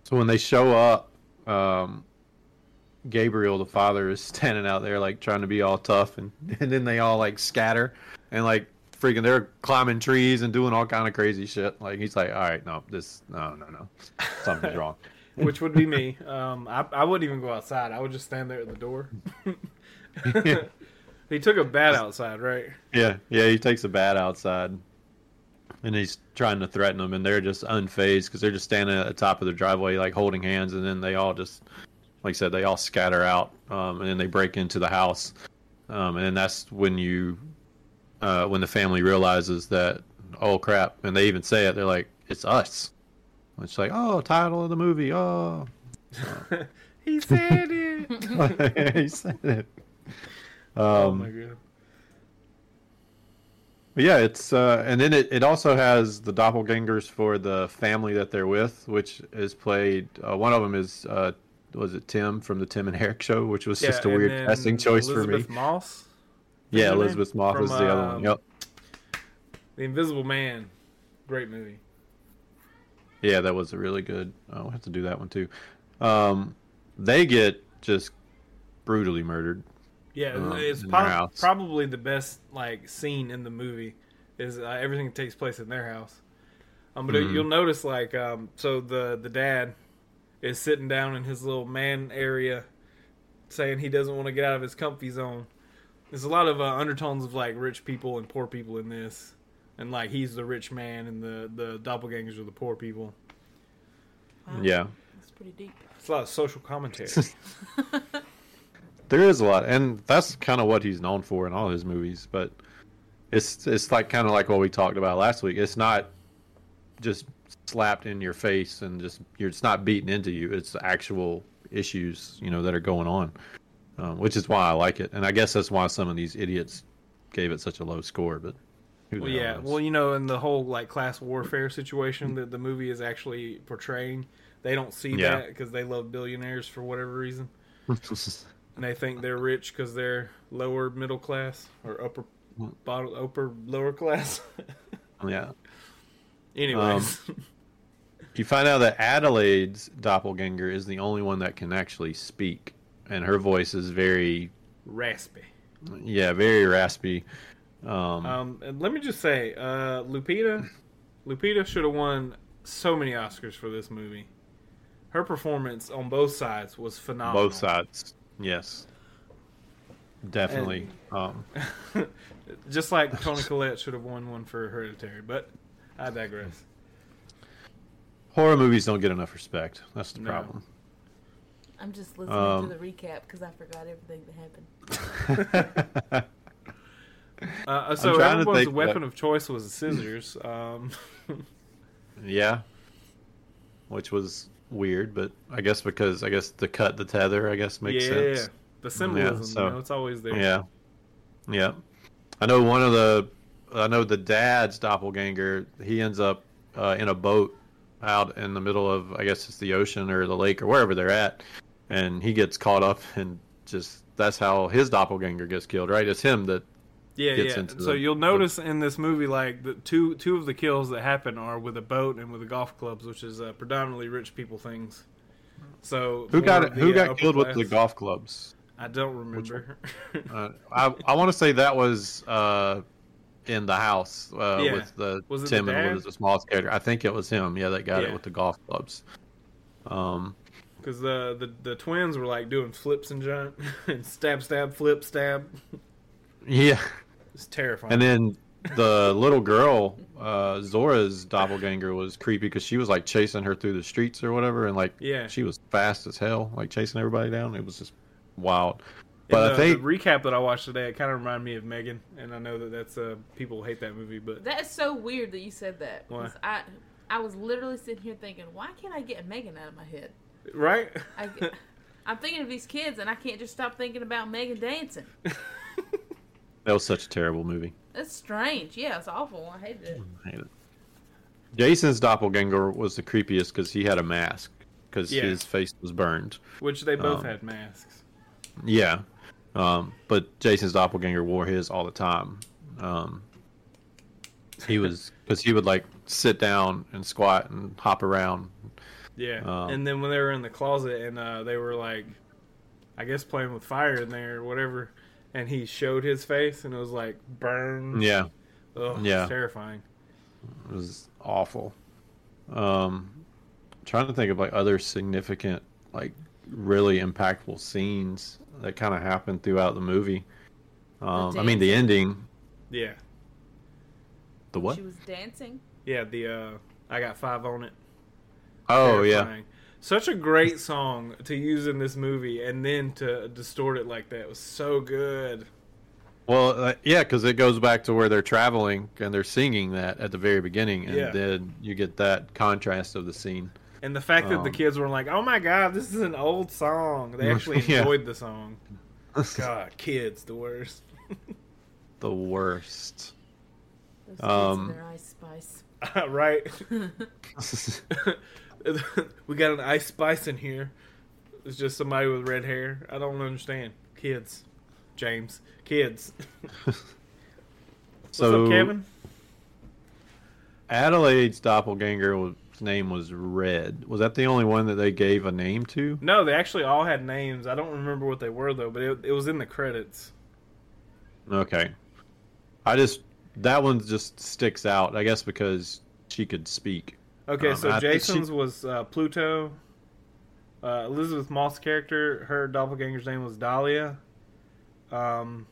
Speaker 2: so when they show up, um, Gabriel, the father, is standing out there like trying to be all tough, and and then they all like scatter and like freaking they're climbing trees and doing all kind of crazy shit. Like he's like, all right, no, this, no, no, no, something's wrong.
Speaker 1: Which would be me. Um, I, I wouldn't even go outside. I would just stand there at the door. he took a bat outside, right?
Speaker 2: Yeah, yeah, he takes a bat outside, and he's trying to threaten them, and they're just unfazed because they're just standing at the top of the driveway, like holding hands, and then they all just, like I said, they all scatter out, um, and then they break into the house, um, and then that's when you, uh, when the family realizes that, oh crap, and they even say it, they're like, it's us. It's like, oh, title of the movie, oh,
Speaker 1: He said it.
Speaker 2: he said it. Um,
Speaker 1: oh my god.
Speaker 2: But yeah, it's uh, and then it, it also has the doppelgangers for the family that they're with, which is played. Uh, one of them is uh, was it Tim from the Tim and Eric show, which was just a
Speaker 1: and
Speaker 2: weird
Speaker 1: then
Speaker 2: casting choice
Speaker 1: Elizabeth
Speaker 2: for me.
Speaker 1: Moss.
Speaker 2: Yeah,
Speaker 1: her name?
Speaker 2: Elizabeth Moss
Speaker 1: From,
Speaker 2: was the other one.
Speaker 1: um,
Speaker 2: Yep.
Speaker 1: The Invisible Man, great movie.
Speaker 2: Yeah, that was a really good. Oh, we have to do that one too. Um, they get just brutally murdered.
Speaker 1: Yeah,
Speaker 2: Um,
Speaker 1: it's
Speaker 2: in their
Speaker 1: prob-
Speaker 2: house.
Speaker 1: probably the best like scene in the movie is uh, everything that takes place in their house. Um, but
Speaker 2: Mhm.
Speaker 1: you'll notice like um, so the the dad is sitting down in his little man area, saying he doesn't want to get out of his comfy zone. There's a lot of uh, undertones of like rich people and poor people in this, and like he's the rich man and the the doppelgangers are the poor people. Mm-hmm.
Speaker 3: Wow,
Speaker 2: Yeah,
Speaker 3: That's pretty deep.
Speaker 1: It's a lot of social commentary.
Speaker 2: there is a lot, and that's kind of what he's known for in all his movies. But it's it's like kind of like what we talked about last week. It's not just slapped in your face and just you're it's not beaten into you. It's actual issues you know that are going on, um, which is why I like it. And I guess that's why some of these idiots gave it such a low score. But who the
Speaker 1: Well,
Speaker 2: hell
Speaker 1: yeah.
Speaker 2: knows?
Speaker 1: Well, you know, in the whole like class warfare situation that the movie is actually portraying, they don't see that
Speaker 2: Yeah.
Speaker 1: that because they love billionaires for whatever reason, and they think they're rich because they're lower middle class or upper bottom upper lower class.
Speaker 2: yeah.
Speaker 1: Anyways,
Speaker 2: Um, You find out that Adelaide's doppelganger is the only one that can actually speak, and her voice is very,
Speaker 1: raspy.
Speaker 2: yeah, very raspy. Um,
Speaker 1: Um, and let me just say, uh, Lupita, Lupita should have won so many Oscars for this movie. Her performance on both sides was phenomenal.
Speaker 2: both sides, yes, definitely. um,
Speaker 1: Just like Tony Collette should have won one for Hereditary, but I digress.
Speaker 2: horror movies don't get enough respect. That's the
Speaker 1: No.
Speaker 2: problem.
Speaker 3: I'm just listening
Speaker 2: Um,
Speaker 3: to the recap because I forgot everything that happened.
Speaker 1: Uh, so
Speaker 2: trying to
Speaker 1: everyone's
Speaker 2: think
Speaker 1: weapon
Speaker 2: what-
Speaker 1: of choice was scissors. Um,
Speaker 2: yeah, which was weird, but I guess because I guess the cut the tether, I guess makes
Speaker 1: yeah,
Speaker 2: sense.
Speaker 1: the symbolism,
Speaker 2: so-
Speaker 1: you know, it's always there.
Speaker 2: Yeah. Yeah. I know one of the I know the dad's doppelganger, he ends up uh, in a boat out in the middle of I guess it's the ocean or the lake or wherever they're at and he gets caught up and just that's how his doppelganger gets killed, right? It's him that
Speaker 1: yeah,
Speaker 2: gets
Speaker 1: yeah.
Speaker 2: into
Speaker 1: So
Speaker 2: the-
Speaker 1: you'll notice in this movie, like the two two of the kills that happen are with a boat and with the golf clubs, which is uh, predominantly rich people things. So
Speaker 2: who
Speaker 1: more
Speaker 2: got
Speaker 1: of the,
Speaker 2: who
Speaker 1: uh,
Speaker 2: got
Speaker 1: upper
Speaker 2: killed with the
Speaker 1: class-
Speaker 2: golf clubs.
Speaker 1: I don't remember.
Speaker 2: Uh, I I want to say that was uh, in the house uh,
Speaker 1: Yeah.
Speaker 2: with the
Speaker 1: Was it the
Speaker 2: Tim
Speaker 1: dad?
Speaker 2: and was the small character. I think it was him. Yeah, that got
Speaker 1: Yeah.
Speaker 2: it with the golf clubs. Um,
Speaker 1: Because the, the the twins were like doing flips and jump and stab, stab, flip, stab.
Speaker 2: yeah.
Speaker 1: It's terrifying.
Speaker 2: And then the little girl, uh, Zora's doppelganger, was creepy because she was like chasing her through the streets or whatever, and like
Speaker 1: Yeah.
Speaker 2: she was fast as hell, like chasing everybody down. It was just wild.
Speaker 1: And
Speaker 2: But
Speaker 1: the,
Speaker 2: I think
Speaker 1: the recap that I watched today, it kind of reminded me of Megan, and I know that that's uh people hate that movie, but
Speaker 3: That is so weird that you said that.
Speaker 1: Why?
Speaker 3: 'cause I I was literally sitting here thinking, why can't I get Megan out of my head?
Speaker 1: right?
Speaker 3: I, I'm thinking of these kids, and I can't just stop thinking about Megan dancing.
Speaker 2: that was such a terrible movie.
Speaker 3: That's strange. Yeah, it's awful. I hated it.
Speaker 2: I hate it. Jason's doppelganger was the creepiest because he had a mask because
Speaker 1: Yeah.
Speaker 2: his face was burned.
Speaker 1: Which they both
Speaker 2: Um,
Speaker 1: had masks.
Speaker 2: Yeah, um, but Jason's doppelganger wore his all the time. Um, he was because he would like sit down and squat and hop around.
Speaker 1: Yeah.
Speaker 2: um,
Speaker 1: and then when they were in the closet and uh, they were like, I guess playing with fire in there or whatever, and he showed his face and it was like burn.
Speaker 2: Yeah,
Speaker 1: Ugh,
Speaker 2: Yeah.
Speaker 1: It's terrifying.
Speaker 2: it was awful. Um, trying to think of like other significant, like really impactful scenes that kind of happened throughout the movie. Um, I mean, the ending.
Speaker 1: Yeah.
Speaker 2: The what?
Speaker 3: She was dancing.
Speaker 1: Yeah. The uh, I got five on it.
Speaker 2: Oh yeah.
Speaker 1: Terrifying. Such a great song to use in this movie, and then to distort it like that was so good.
Speaker 2: Well, uh, yeah, because it goes back to where they're traveling and they're singing that at the very beginning, and
Speaker 1: Yeah.
Speaker 2: then you get that contrast of the scene.
Speaker 1: And the fact that the
Speaker 2: Um,
Speaker 1: kids were like, "Oh my god, this is an old song." They actually
Speaker 2: Yeah.
Speaker 1: enjoyed the song. God, kids, the worst.
Speaker 2: the worst.
Speaker 3: Those kids
Speaker 2: Um,
Speaker 3: and their ice spice.
Speaker 1: Uh, right? we got an ice spice in here. It's just somebody with red hair. I don't understand. Kids, James, kids. What's
Speaker 2: so
Speaker 1: up, Kevin?
Speaker 2: Adelaide's doppelganger's name was Red. Was that the only one that they gave a name to?
Speaker 1: No, they actually all had names. I don't remember what they were though, but it, it was in the credits.
Speaker 2: Okay. I just that one just sticks out, I guess, because she could speak.
Speaker 1: Okay,
Speaker 2: Um,
Speaker 1: so
Speaker 2: I think
Speaker 1: Jason's
Speaker 2: she-
Speaker 1: was uh, Pluto. Uh, Elizabeth Moss character, her doppelganger's name was Dahlia. Um,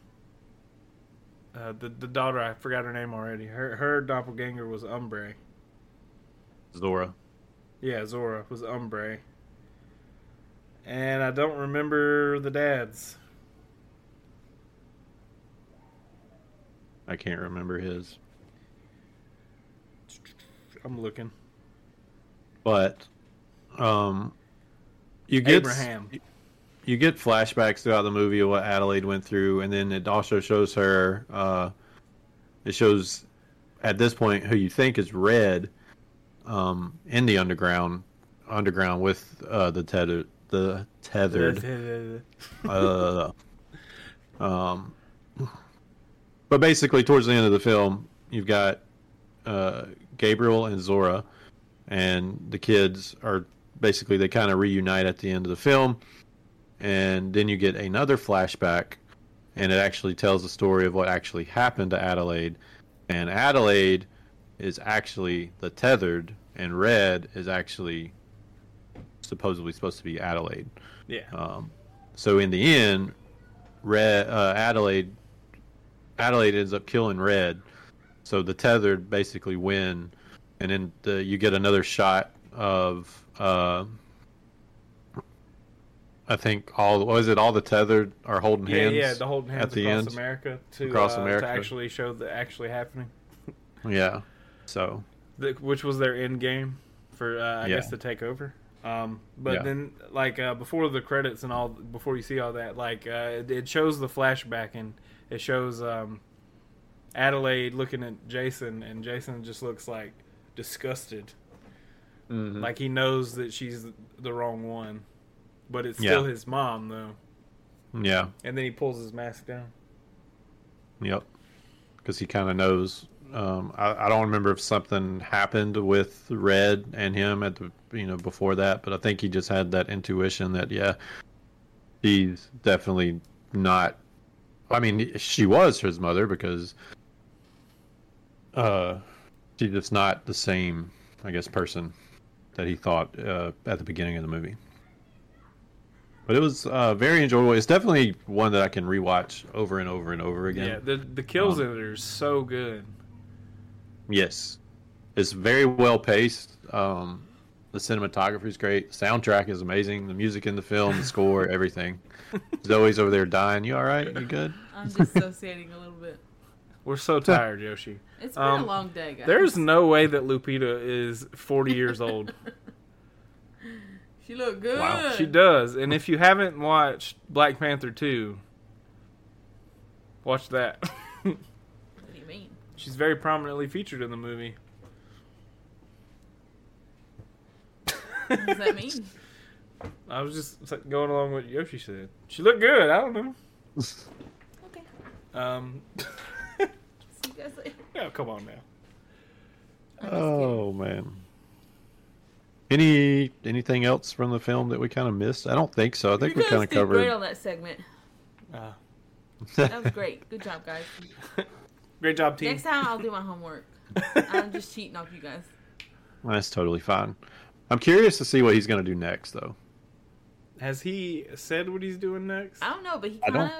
Speaker 1: uh, the the daughter, I forgot her name already. Her her doppelganger was Umbre.
Speaker 2: Zora.
Speaker 1: Yeah, Zora was Umbre. And I don't remember the dads.
Speaker 2: I can't remember his.
Speaker 1: I'm looking.
Speaker 2: But um you get
Speaker 1: Abraham.
Speaker 2: you get flashbacks throughout the movie of what Adelaide went through, and then it also shows her. Uh, it shows at this point who you think is Red um, in the underground, underground with uh, the tethered, the tethered. uh, um, but basically, towards the end of the film, you've got uh, Gabriel and Zora, and the kids are basically they kind of reunite at the end of the film and then you get another flashback and it actually tells the story of what actually happened to adelaide and adelaide is actually the tethered and red is actually supposedly supposed to be adelaide
Speaker 1: Yeah.
Speaker 2: um, so in the end red uh, adelaide adelaide ends up killing red so the tethered basically win and then the, you get another shot of uh, I think all was it all the tethered are holding
Speaker 1: Yeah,
Speaker 2: hands.
Speaker 1: yeah, the holding hands
Speaker 2: at the
Speaker 1: across
Speaker 2: end.
Speaker 1: America to
Speaker 2: Across
Speaker 1: uh,
Speaker 2: America.
Speaker 1: to actually show the actually happening,
Speaker 2: Yeah. So
Speaker 1: the, which was their end game for uh, I
Speaker 2: Yeah.
Speaker 1: guess the takeover. Um, but
Speaker 2: Yeah.
Speaker 1: then like uh, before the credits and all, before you see all that, like uh, it, it shows the flashback and it shows um, Adelaide looking at Jason and Jason just looks like disgusted,
Speaker 2: Mm-hmm.
Speaker 1: like he knows that she's the wrong one, but it's still
Speaker 2: Yeah.
Speaker 1: his mom though.
Speaker 2: yeah,
Speaker 1: And then he pulls his mask down.
Speaker 2: yep. Because he kind of knows. Um, I, I don't remember if something happened with Red and him at the you know before that, but I think he just had that intuition that yeah, she's definitely not. I mean, she was his mother because uh, she's just not the same, I guess, person that he thought uh, at the beginning of the movie. But it was uh, very enjoyable. It's definitely one that I can rewatch over and over and over again.
Speaker 1: Yeah, the the kills in it are so good.
Speaker 2: Yes, it's very well paced. Um, the cinematography is great. The soundtrack is amazing. The music in the film, the score, everything. Zoe's over there dying. You all right? You good?
Speaker 3: I'm dissociating a little bit.
Speaker 1: We're so tired, Yoshi.
Speaker 3: It's been
Speaker 1: Um,
Speaker 3: a long day, guys.
Speaker 1: There's no way that Lupita is 40 years old.
Speaker 3: She looked good.
Speaker 2: Wow,
Speaker 1: she does. And if you haven't watched Black Panther 2, watch that.
Speaker 3: What do you mean?
Speaker 1: She's very prominently featured in the movie.
Speaker 3: What does that mean?
Speaker 1: I was just going along with what Yoshi said. She looked good. I don't know.
Speaker 3: okay.
Speaker 1: Um,
Speaker 3: See you guys later.
Speaker 1: yeah, come on now.
Speaker 3: I'm just
Speaker 2: Oh man. Any anything else from the film that we kind of missed? I don't think so. I
Speaker 3: kidding.
Speaker 2: think we
Speaker 3: You
Speaker 2: kind
Speaker 3: guys
Speaker 2: of
Speaker 3: did great
Speaker 2: covered.
Speaker 3: on that segment.
Speaker 1: Uh,
Speaker 3: That was great. Good job, guys.
Speaker 1: great job, team.
Speaker 3: Next time I'll do my homework. I'm just cheating off you guys.
Speaker 2: That's totally fine. I'm curious to see what he's going to do next, though.
Speaker 1: Has he said what he's doing next?
Speaker 3: I don't know, but he
Speaker 2: I
Speaker 3: kind
Speaker 2: don't-
Speaker 3: of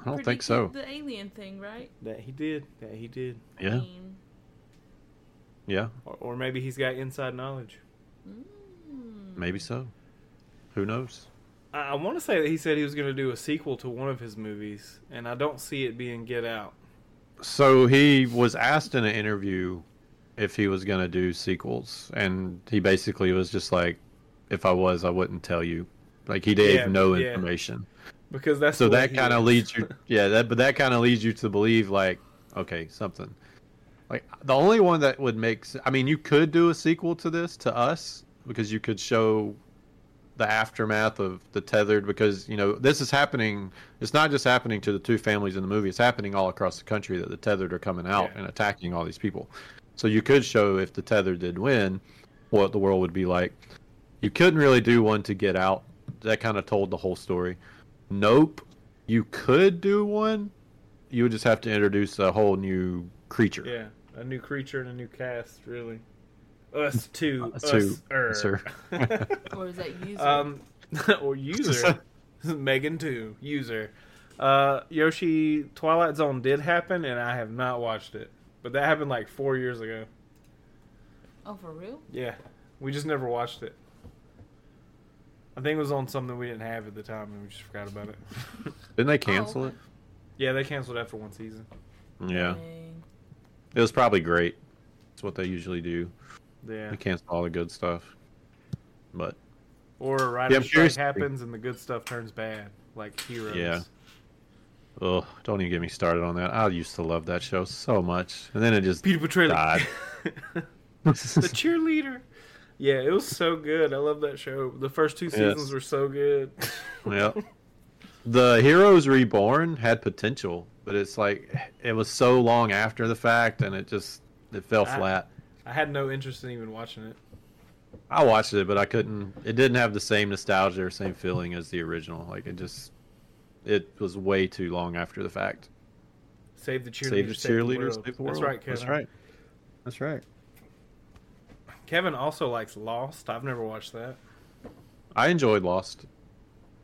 Speaker 2: I don't think
Speaker 3: predicted
Speaker 2: so.
Speaker 3: The alien thing, right?
Speaker 1: That he did. That he did.
Speaker 3: I
Speaker 2: Yeah,
Speaker 3: mean,
Speaker 2: yeah,
Speaker 1: Or, or maybe he's got inside knowledge.
Speaker 3: mm,
Speaker 2: maybe so. Who knows?
Speaker 1: I, I want to say that he said he was going to do a sequel to one of his movies, and I don't see it being Get Out.
Speaker 2: So he was asked in an interview if he was going to do sequels, and he basically was just like, "If I was, I wouldn't tell you." Like he gave
Speaker 1: Yeah,
Speaker 2: no
Speaker 1: yeah.
Speaker 2: information.
Speaker 1: Because that's
Speaker 2: So
Speaker 1: the way
Speaker 2: that
Speaker 1: he
Speaker 2: kind of
Speaker 1: is.
Speaker 2: leads you, yeah. That but that kind of leads you to believe like, okay, something. Like the only one that would make, s- I mean, you could do a sequel to this to us because you could show the aftermath of the tethered because you know this is happening. It's not just happening to the two families in the movie. It's happening all across the country that the tethered are coming out
Speaker 1: Yeah.
Speaker 2: and attacking all these people. So you could show if the tether did win, what the world would be like. You couldn't really do one to get out. That kind of told the whole story. Nope. You could do one. You would just have to introduce a whole new creature.
Speaker 1: Yeah, a new creature and a new cast, really. Us two,
Speaker 2: Us
Speaker 1: us,
Speaker 2: two,
Speaker 1: er.
Speaker 2: sir.
Speaker 3: Or is that user?
Speaker 1: um, or user. Megan too, user. Uh, Yoshi Twilight Zone did happen, and I have not watched it, but that happened like four years ago.
Speaker 3: oh, for real?
Speaker 1: Yeah, we just never watched it. I think it was on something we didn't have at the time, and we just forgot about it.
Speaker 2: Didn't they cancel it?
Speaker 1: yeah, they canceled after one season.
Speaker 2: Yeah.
Speaker 3: Dang.
Speaker 2: It was probably great. It's what they usually do.
Speaker 1: Yeah,
Speaker 2: They cancel all the good stuff. But
Speaker 1: or a writer's
Speaker 2: Yeah, I'm
Speaker 1: strike
Speaker 2: curious.
Speaker 1: happens, and the good stuff turns bad, like Heroes.
Speaker 2: Yeah. oh, don't even get me started on that. I used to love that show so much, and then it just
Speaker 1: Peter Petrelli,
Speaker 2: God.
Speaker 1: the cheerleader. Yeah, it was so good. I love that show. The first two seasons
Speaker 2: Yes.
Speaker 1: were so good.
Speaker 2: yeah. The Heroes Reborn had potential, but it's like it was so long after the fact, and it just it fell
Speaker 1: I-
Speaker 2: flat.
Speaker 1: I had no interest in even watching it.
Speaker 2: I watched it, but I couldn't. It didn't have the same nostalgia or same feeling as the original. Like it just, it was way too long after the fact.
Speaker 1: Save the cheerleader.
Speaker 2: Save the cheerleaders,
Speaker 1: world.
Speaker 2: save the world.
Speaker 1: That's right, Kevin.
Speaker 2: That's right. That's right.
Speaker 1: Kevin also likes Lost. I've never watched that.
Speaker 2: I enjoyed Lost.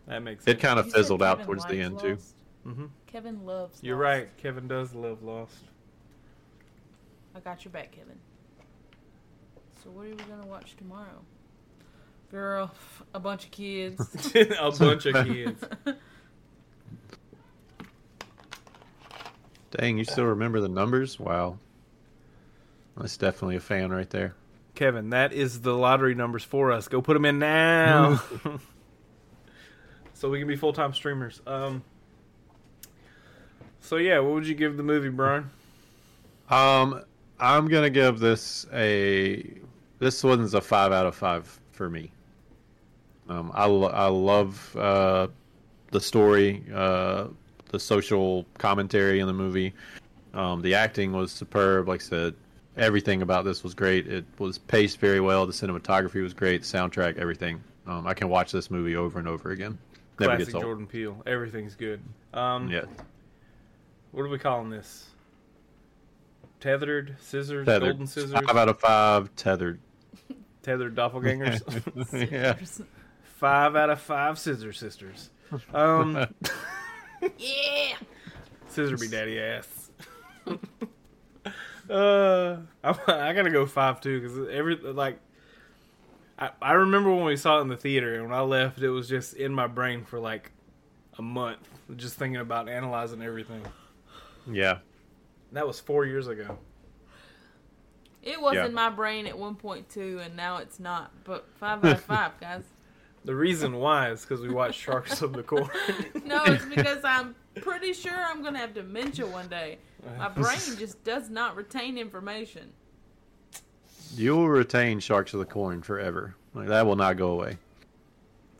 Speaker 1: That makes sense.
Speaker 2: It kind
Speaker 3: You
Speaker 2: of
Speaker 3: said
Speaker 2: fizzled out
Speaker 3: Kevin
Speaker 2: towards the
Speaker 3: likes
Speaker 2: end too.
Speaker 3: Lost?
Speaker 1: hmm
Speaker 3: Kevin loves.
Speaker 1: You're
Speaker 3: Lost.
Speaker 1: right. Kevin does love Lost.
Speaker 3: I got your back, Kevin. So what are we gonna watch tomorrow? Girl, a bunch of kids.
Speaker 1: a bunch of kids.
Speaker 2: Dang, you still remember the numbers? Wow, that's definitely a fan right there.
Speaker 1: Kevin, that is the lottery numbers for us. Go put them in now. so we can be full time streamers. Um. So yeah, what would you give the movie, Brian?
Speaker 2: Um, I'm gonna give this a. This one's a five out of five for me. Um, I lo- I love uh, the story, uh, the social commentary in the movie. Um, the acting was superb. Like I said, everything about this was great. It was paced very well. The cinematography was great. Soundtrack, everything. Um, I can watch this movie over and over again. Never
Speaker 1: Classic
Speaker 2: gets old.
Speaker 1: Jordan Peele. Everything's good. Um,
Speaker 2: Yeah,
Speaker 1: What are we calling this? Tethered scissors,
Speaker 2: tethered.
Speaker 1: golden scissors,
Speaker 2: Five out of five tethered.
Speaker 1: tethered doppelgangers.
Speaker 2: yeah.
Speaker 1: five out of five scissor sisters. Um,
Speaker 3: yeah.
Speaker 1: scissor be daddy ass. uh, I, I gotta go five too because every like. I, I remember when we saw it in the theater, and when I left, it was just in my brain for like a month, just thinking about analyzing everything.
Speaker 2: Yeah.
Speaker 1: That was four years ago.
Speaker 3: It was
Speaker 2: Yeah.
Speaker 3: in my brain at one point too, and now it's not. But five out of five, guys.
Speaker 1: The reason why is because we watched Sharks of the Corn.
Speaker 3: No, it's because I'm pretty sure I'm gonna have dementia one day. My
Speaker 1: Uh-huh.
Speaker 3: brain just does not retain information.
Speaker 2: You will retain Sharks of the Corn forever. Like, that will not go away.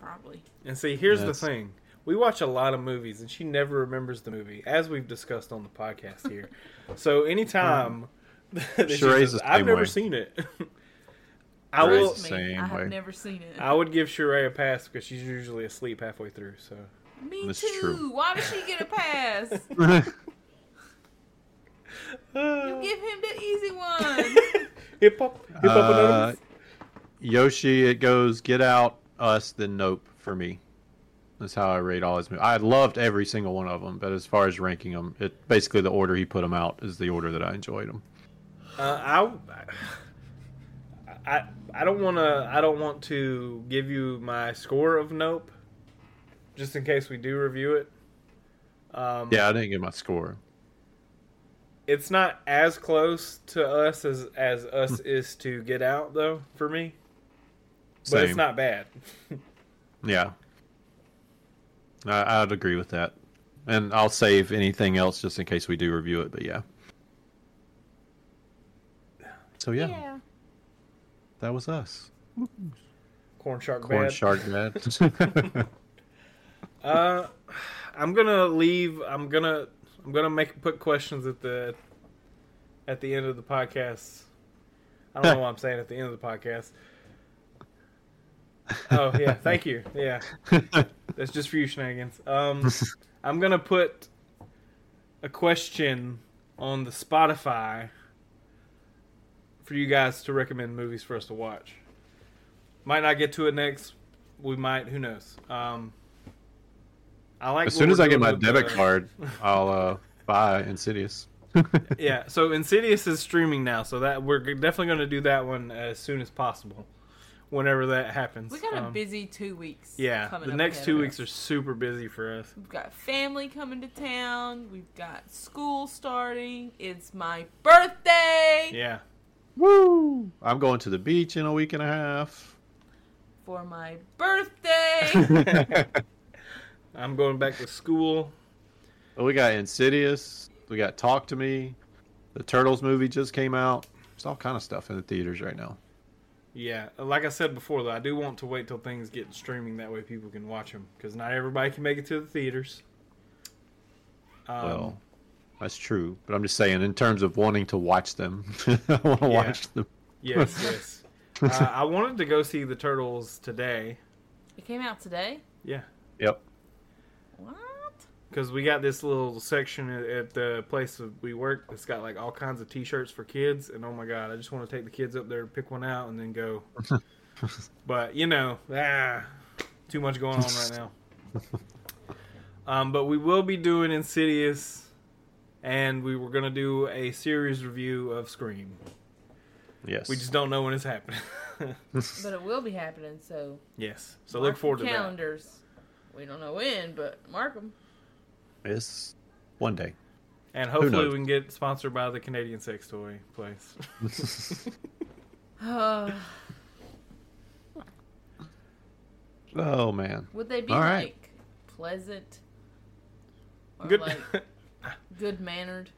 Speaker 3: Probably.
Speaker 1: And see, here's
Speaker 2: That's-
Speaker 1: the thing. We watch a lot of movies, and she never remembers the movie, as we've discussed on the podcast here. so
Speaker 2: Mm-hmm.
Speaker 1: anytime that she
Speaker 2: Sheree's
Speaker 1: says,
Speaker 2: the
Speaker 1: I've
Speaker 2: same
Speaker 1: never
Speaker 2: way."
Speaker 1: seen it, I
Speaker 2: Sheree's
Speaker 1: will.
Speaker 2: the
Speaker 3: Me,
Speaker 2: same
Speaker 3: I have
Speaker 2: way.
Speaker 3: never seen it.
Speaker 1: I would give Sheree a pass because she's usually asleep halfway through. So
Speaker 3: Me
Speaker 2: That's
Speaker 3: too.
Speaker 2: true.
Speaker 3: Why does she get a pass? you give him the easy one.
Speaker 1: hip hop, hip hop,
Speaker 2: Uh,
Speaker 1: bananas.
Speaker 2: Yoshi, it goes Get Out, Us, then Nope for me. That's how I rate all his movies. I loved every single one of them, but as far as ranking them, it basically the order he put them out is the order that I enjoyed them.
Speaker 1: Uh, I, I, I don't want to. I don't want to give you my score of Nope, just in case we do review it. Um,
Speaker 2: Yeah, I didn't get my score.
Speaker 1: it's not as close to us as as us
Speaker 2: Hmm.
Speaker 1: is to Get Out though for me, but
Speaker 2: Same.
Speaker 1: it's not bad.
Speaker 2: Yeah. I, I'd agree with that. And I'll save anything else just in case we do review it, but yeah. So, yeah, that was us.
Speaker 1: Corn Shark
Speaker 2: Corn
Speaker 1: bad.
Speaker 2: Shark Mad.
Speaker 1: Uh, I'm gonna leave. I'm gonna I'm gonna make put questions at the at the end of the podcast I don't know what I'm saying at the end of the podcast. Oh yeah, thank you. Yeah, that's just for you shenanigans. Um, I'm gonna put a question on the Spotify for you guys to recommend movies for us to watch. Might not get to it next. We might. Who knows? Um, I like.
Speaker 2: As
Speaker 1: what
Speaker 2: soon
Speaker 1: we're
Speaker 2: as I get
Speaker 1: doing
Speaker 2: my
Speaker 1: with
Speaker 2: debit
Speaker 1: the-
Speaker 2: card, I'll uh, buy Insidious.
Speaker 1: yeah. So Insidious is streaming now, so that we're g- definitely going to do that one as soon as possible, whenever that happens.
Speaker 3: We got a
Speaker 1: Um,
Speaker 3: busy two weeks.
Speaker 1: Yeah,
Speaker 3: coming
Speaker 1: the
Speaker 3: up
Speaker 1: next
Speaker 3: ahead
Speaker 1: two
Speaker 3: of us.
Speaker 1: weeks are super busy for us.
Speaker 3: We've got family coming to town. We've got school starting. It's my birthday
Speaker 1: Yeah.
Speaker 2: Woo! I'm going to the beach in a week and a half.
Speaker 3: for my birthday.
Speaker 1: I'm going back to school.
Speaker 2: we got Insidious. We got Talk to Me. The Turtles movie just came out. It's all kind of stuff in the theaters right now.
Speaker 1: Yeah, like I said before, though, I do want to wait till things get streaming. That way, people can watch them because not everybody can make it to the theaters. Um,
Speaker 2: well, that's true, but I'm just saying in terms of wanting to watch them, I want to
Speaker 1: Yeah.
Speaker 2: watch them.
Speaker 1: yes, yes. Uh, I wanted to go see the turtles today.
Speaker 3: it came out today.
Speaker 1: Yeah,
Speaker 2: Yep.
Speaker 3: What?
Speaker 1: because we got this little section at, at the place that we work that's got like all kinds of T-shirts for kids, and oh my god, I just want to take the kids up there, pick one out, and then go. but you know, ah, too much going on right now. Um, but we will be doing Insidious, and we were gonna do a series review of Scream.
Speaker 2: Yes.
Speaker 1: We just don't know when it's happening.
Speaker 3: But it will be happening. So
Speaker 1: yes, so
Speaker 3: mark
Speaker 1: look forward to
Speaker 3: your
Speaker 1: that.
Speaker 3: calendars. We don't know when, but mark them.
Speaker 2: It's one day.
Speaker 1: And hopefully
Speaker 2: knows?
Speaker 1: we can get sponsored by the Canadian sex toy place.
Speaker 2: oh man.
Speaker 3: would they be
Speaker 2: All
Speaker 3: like
Speaker 2: right.
Speaker 3: pleasant or
Speaker 1: Good.
Speaker 3: like good mannered?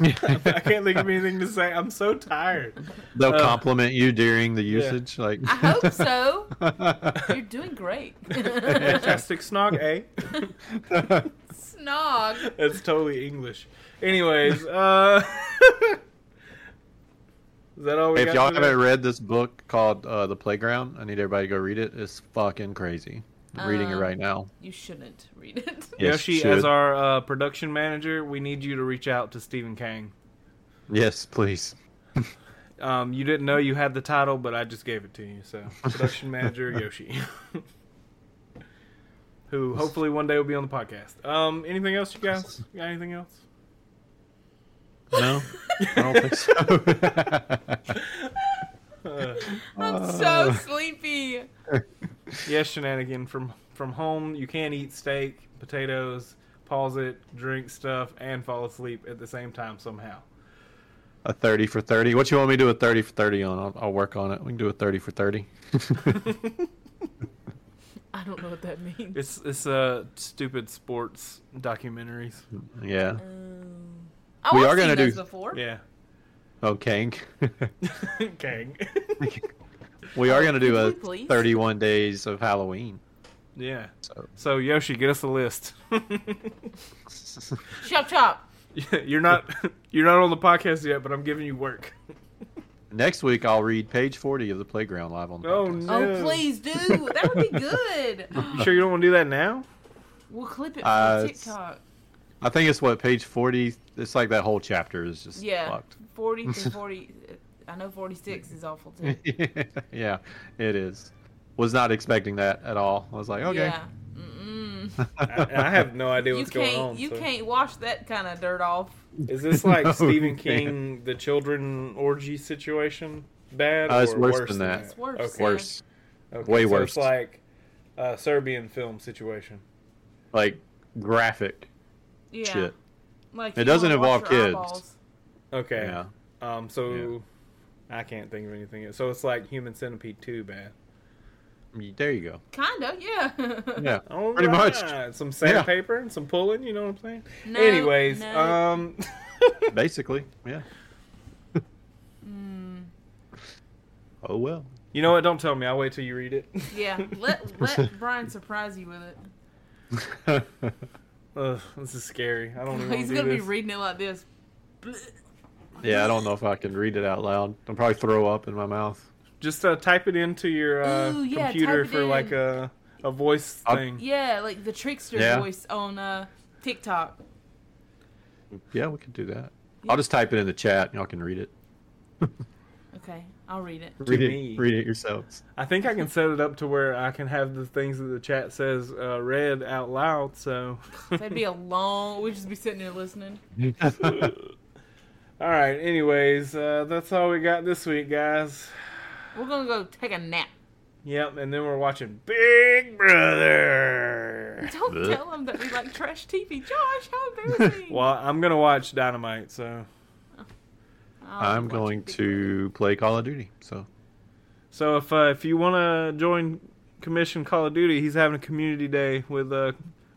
Speaker 1: I can't think of anything to say. I'm so tired.
Speaker 2: They'll
Speaker 1: Uh,
Speaker 2: compliment you during the usage, like.
Speaker 3: I hope so. You're doing great.
Speaker 1: Fantastic snog, eh?
Speaker 3: Snog.
Speaker 1: That's totally English. Anyways, uh, is that all we
Speaker 2: if
Speaker 1: got?
Speaker 2: y'all
Speaker 1: today?
Speaker 2: haven't read this book called uh, The Playground, I need everybody to go read it. It's fucking crazy. I'm reading it
Speaker 3: Um,
Speaker 2: right now.
Speaker 3: You shouldn't read it.
Speaker 2: Yes, you
Speaker 1: Yoshi,
Speaker 2: should.
Speaker 1: as our uh, production manager, we need you to reach out to Stephen Kang.
Speaker 2: Yes, please.
Speaker 1: Um, you didn't know you had the title, but I just gave it to you. So, production manager Yoshi, who hopefully one day will be on the podcast. Um, anything else, you guys? You got anything else?
Speaker 2: No, I don't think so.
Speaker 1: Uh,
Speaker 3: I'm so
Speaker 2: Uh.
Speaker 3: sleepy.
Speaker 1: Yes, shenanigan from from home. You can't eat steak, potatoes, pause it, drink stuff, and fall asleep at the same time somehow.
Speaker 2: a 30 for 30. What you want me to do a 30 for 30 on? I'll, I'll work on it. We can do a 30 for 30.
Speaker 3: I don't know what that means.
Speaker 1: It's it's uh stupid sports documentaries.
Speaker 2: yeah.
Speaker 3: Um, oh,
Speaker 2: We
Speaker 3: I've
Speaker 2: are gonna
Speaker 3: seen those
Speaker 2: do-
Speaker 3: before.
Speaker 1: Yeah,
Speaker 2: Oh, Kang.
Speaker 1: Kang.
Speaker 2: we are going to do
Speaker 3: Could
Speaker 2: a
Speaker 3: we please?
Speaker 2: 31 days of Halloween.
Speaker 1: yeah.
Speaker 2: So
Speaker 1: So Yoshi, get us a list.
Speaker 3: Chop chop.
Speaker 1: you're not you're not on the podcast yet, but I'm giving you work.
Speaker 2: next week, I'll read page 40 of The Playground live on the
Speaker 1: Oh,
Speaker 2: podcast.
Speaker 1: no.
Speaker 3: Oh please do. That would be good.
Speaker 1: You sure you don't want to do that now?
Speaker 3: We'll clip it for
Speaker 2: Uh, it's-
Speaker 3: TikTok.
Speaker 2: I think it's what page forty. It's like that whole chapter is just
Speaker 3: Yeah,
Speaker 2: fucked.
Speaker 3: forty through forty. uh, I know forty six is awful too.
Speaker 2: yeah, it is. Was not expecting that at all. I was like, okay,
Speaker 3: Yeah. Mm-mm.
Speaker 1: I, I have no idea
Speaker 3: You
Speaker 1: what's
Speaker 3: can't.
Speaker 1: going on.
Speaker 3: you
Speaker 1: so-
Speaker 3: can't wash that kind of dirt off.
Speaker 1: Is this like
Speaker 2: No,
Speaker 1: Stephen
Speaker 2: you
Speaker 1: King, the children orgy situation? Bad?
Speaker 2: Uh, it's
Speaker 1: or
Speaker 2: worse
Speaker 1: worse
Speaker 2: than that.
Speaker 3: It's worse.
Speaker 1: Okay.
Speaker 2: worse.
Speaker 1: Okay,
Speaker 2: Way
Speaker 1: so
Speaker 2: worse.
Speaker 1: It's like a Serbian film situation.
Speaker 2: Like graphic
Speaker 3: Yeah.
Speaker 2: shit.
Speaker 3: Like
Speaker 2: It
Speaker 3: you
Speaker 2: doesn't
Speaker 3: wanna wash
Speaker 2: involve
Speaker 3: your
Speaker 2: kids.
Speaker 3: eyeballs.
Speaker 1: Okay.
Speaker 2: Yeah,
Speaker 1: Um. So I can't think of anything. else. So it's like Human Centipede Two bad.
Speaker 2: Y- there you go.
Speaker 3: Kinda. Yeah.
Speaker 2: Yeah,
Speaker 1: All
Speaker 2: pretty much.
Speaker 1: right, Some sandpaper and some pulling. You know what I'm saying?
Speaker 3: No,
Speaker 1: Anyways,
Speaker 3: no.
Speaker 1: um,
Speaker 2: Basically, yeah.
Speaker 3: Mm.
Speaker 2: Oh well.
Speaker 1: you know what? Don't tell me. I'll wait till you read it.
Speaker 3: Yeah, let let Brian surprise you with it.
Speaker 1: Ugh, this is scary. I don't even. wanna
Speaker 3: He's
Speaker 1: do
Speaker 3: gonna be
Speaker 1: this.
Speaker 3: reading it like this.
Speaker 2: Yeah, I don't know if I can read it out loud. I'll probably throw up in my mouth.
Speaker 1: Just uh, type it into your uh,
Speaker 3: Ooh, yeah,
Speaker 1: computer
Speaker 3: type it
Speaker 1: for
Speaker 3: in.
Speaker 1: like a a voice
Speaker 2: I'll-
Speaker 1: thing.
Speaker 3: Yeah, like the trickster
Speaker 2: Yeah.
Speaker 3: voice on uh, TikTok.
Speaker 2: Yeah, we could do that. I'll just type it in the chat and y'all can read it.
Speaker 3: Okay, I'll read it.
Speaker 2: Read
Speaker 1: me.
Speaker 2: it, read it yourselves.
Speaker 1: I think I can set it up to where I can have the things that the chat says uh, read out loud. So,
Speaker 3: That'd be a long. We'd just be sitting there listening.
Speaker 1: all right. Anyways, uh, that's all we got this week, guys.
Speaker 3: We're gonna go take a nap.
Speaker 1: Yep, and then we're watching Big Brother.
Speaker 3: Don't
Speaker 2: Blech.
Speaker 3: tell them that we like trash TV, Josh. How embarrassing!
Speaker 1: Well, I'm gonna watch Dynamite. So,
Speaker 3: I'll
Speaker 2: I'm
Speaker 3: watch
Speaker 2: going
Speaker 3: Big
Speaker 2: to play Call of Duty. So
Speaker 1: so if uh, if you wanna join Commission Call of Duty, he's having a community day with uh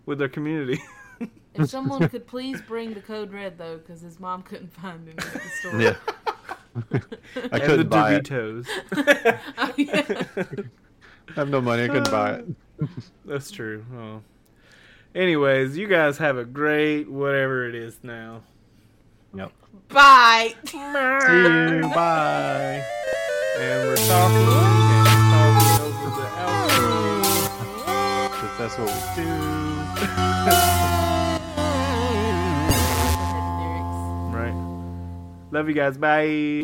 Speaker 1: with their community.
Speaker 3: Brother. If someone could please bring the code red though, because his mom couldn't find it at the store.
Speaker 2: yeah, I
Speaker 1: and the
Speaker 2: couldn't buy it.
Speaker 1: Doritos.
Speaker 3: Oh, yeah.
Speaker 2: I have no money. I couldn't buy it.
Speaker 1: That's true. Oh. Anyways, you guys have a great whatever it is now.
Speaker 2: Yep.
Speaker 3: Bye.
Speaker 2: See you. Bye.
Speaker 1: And we're talking and talking over the outro.
Speaker 2: If that's what we do.
Speaker 3: Lyrics.
Speaker 1: Right. Love you guys. Bye.